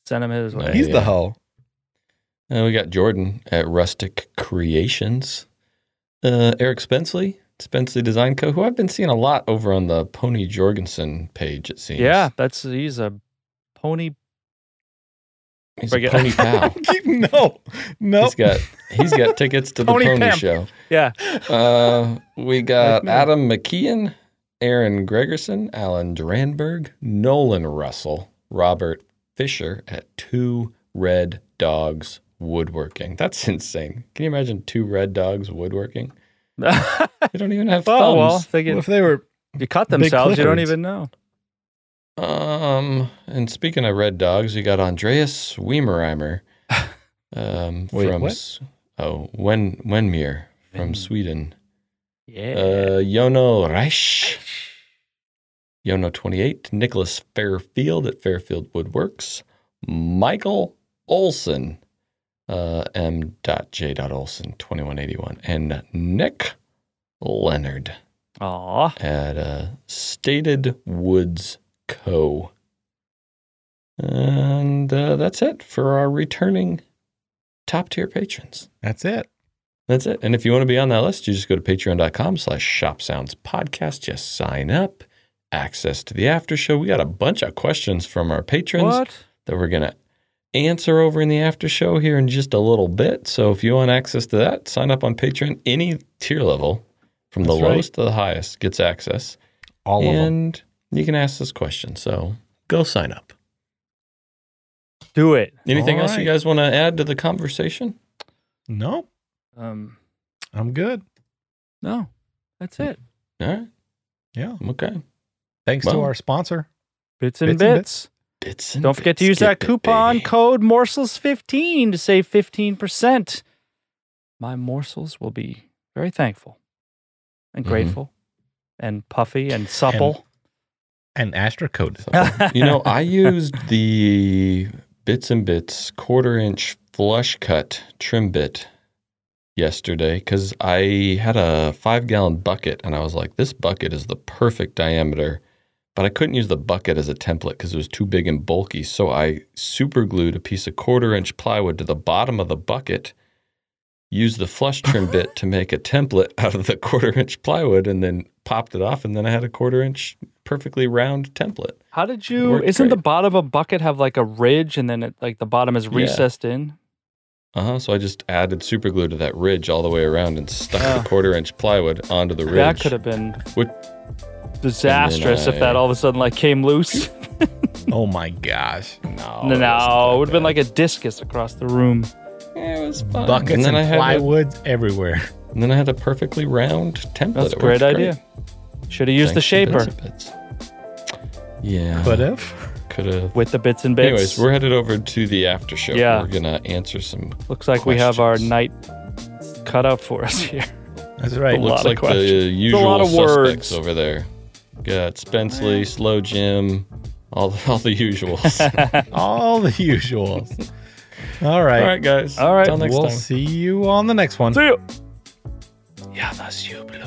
B: Sent him his way.
D: Nice.
E: He's
D: Uh, Yeah.
E: the hoe.
D: And Uh, we got Jordan at Rustic Creations. Uh, Eric Spensley, Spensley Design Co., who I've been seeing a lot over on the Pony Jorgensen page, it seems.
B: Yeah, that's he's a pony.
D: He's
B: Forget-
D: a pony pal.
E: no, no.
D: He's got he's got tickets to the
B: Pony
D: pony,
B: pimp.
D: show.
B: Yeah.
D: Uh, we
B: Like
D: got
B: me.
D: Adam McKeon, Aaron Gregerson, Alan Dranberg, Nolan Russell, Robert Fisher at Two Red Dogs Woodworking. That's insane. Can you imagine two red dogs woodworking?
B: oh,
D: They don't even have thumbs.
B: well, if they
E: Well,
B: get,
E: if they were,
B: you cut
E: big
B: themselves, you don't
E: clickers.
B: even know.
D: Um, and speaking of red dogs, we got Andreas Weimerheimer, um,
E: Wait,
D: from
E: what?
D: S- oh Wen Wenmir from Sweden.
B: Yeah.
D: Uh, Jono Reich, Jono twenty eight, Nicholas Fairfield at Fairfield Woodworks, Michael Olson, uh, M. J. Olson twenty one eighty one, and Nick Leonard
B: Aw.
D: at uh, Stated Woods Co. And uh, that's it for our returning top tier patrons.
E: that's it.
D: That's it. And if you want to be on that list, you just go to patreon.com slash shop sounds podcast. Just sign up, access to the after show. We got a bunch of questions from our patrons
B: What?
D: that we're going to answer over in the after show here in just a little bit. So if you want access to that, sign up on Patreon. Any tier level from the
E: That's right.
D: lowest to the highest gets access
E: All of them.
D: and you can ask this question. So go sign up.
B: Do it.
D: Anything
E: All
D: else
E: right.
D: you guys want to add to the conversation?
E: No,
B: Um,
E: I'm good.
B: no, that's it.
D: All right.
E: Yeah.
D: Okay.
E: Thanks to
D: Well.
E: our sponsor.
B: Bits and
E: Bits and
B: bits.
D: Bits and
B: Don't forget to
D: bits.
B: use that
D: Get it,
B: coupon
D: baby.
B: code morsels15 to save 15%. My morsels will be very thankful and
D: Mhm.
B: grateful and puffy and supple.
E: And Astra Code.
D: you know, I used the Bits and Bits quarter inch flush cut trim bit yesterday because I had a five gallon bucket and I was like, this bucket is the perfect diameter. But I couldn't use the bucket as a template because it was too big and bulky. So I super glued a piece of quarter inch plywood to the bottom of the bucket, used the flush trim bit to make a template out of the quarter inch plywood, and then popped it off. And then I had a quarter inch perfectly round template.
B: How did you?
D: worked
B: Isn't the
D: great.
B: bottom of a bucket have like a ridge and then it, like the bottom is
D: Yeah.
B: recessed in?
D: Uh huh. So I just added super glue to that ridge all the way around and stuck
B: Ah.
D: the quarter inch plywood onto the ridge.
B: That could have been
D: Which-
B: disastrous if
D: I-
B: that all of a sudden like came loose.
E: oh my gosh.
D: no,
B: no, it would have been like a discus across the room.
D: it was fun.
E: Buckets and,
D: I had a-
E: plywoods everywhere.
D: And then I had a perfectly round template.
B: That's a
D: It
B: great
D: worked
B: idea. Should have used the
D: Thanks to
B: shaper
D: Bits and Bits. Yeah.
A: But if
D: could have.
B: with the bits and bits.
D: Anyways, we're headed over to the after show.
B: Yeah.
D: We're going to answer some.
B: Looks like we have our
D: questions.
B: night cut out for us here.
A: that's right.
D: It
B: lot
D: looks
B: of
D: like the
B: questions.
D: usual
B: lot of
D: suspects
B: words.
D: over there. Got Spenceley, Slow Jim, all, all the usuals.
E: All the usuals. All right.
D: all right, guys.
B: All right.
D: Till next
E: We'll
D: time.
E: see you on the next one.
B: See you.
D: Yeah, that's you, Blue.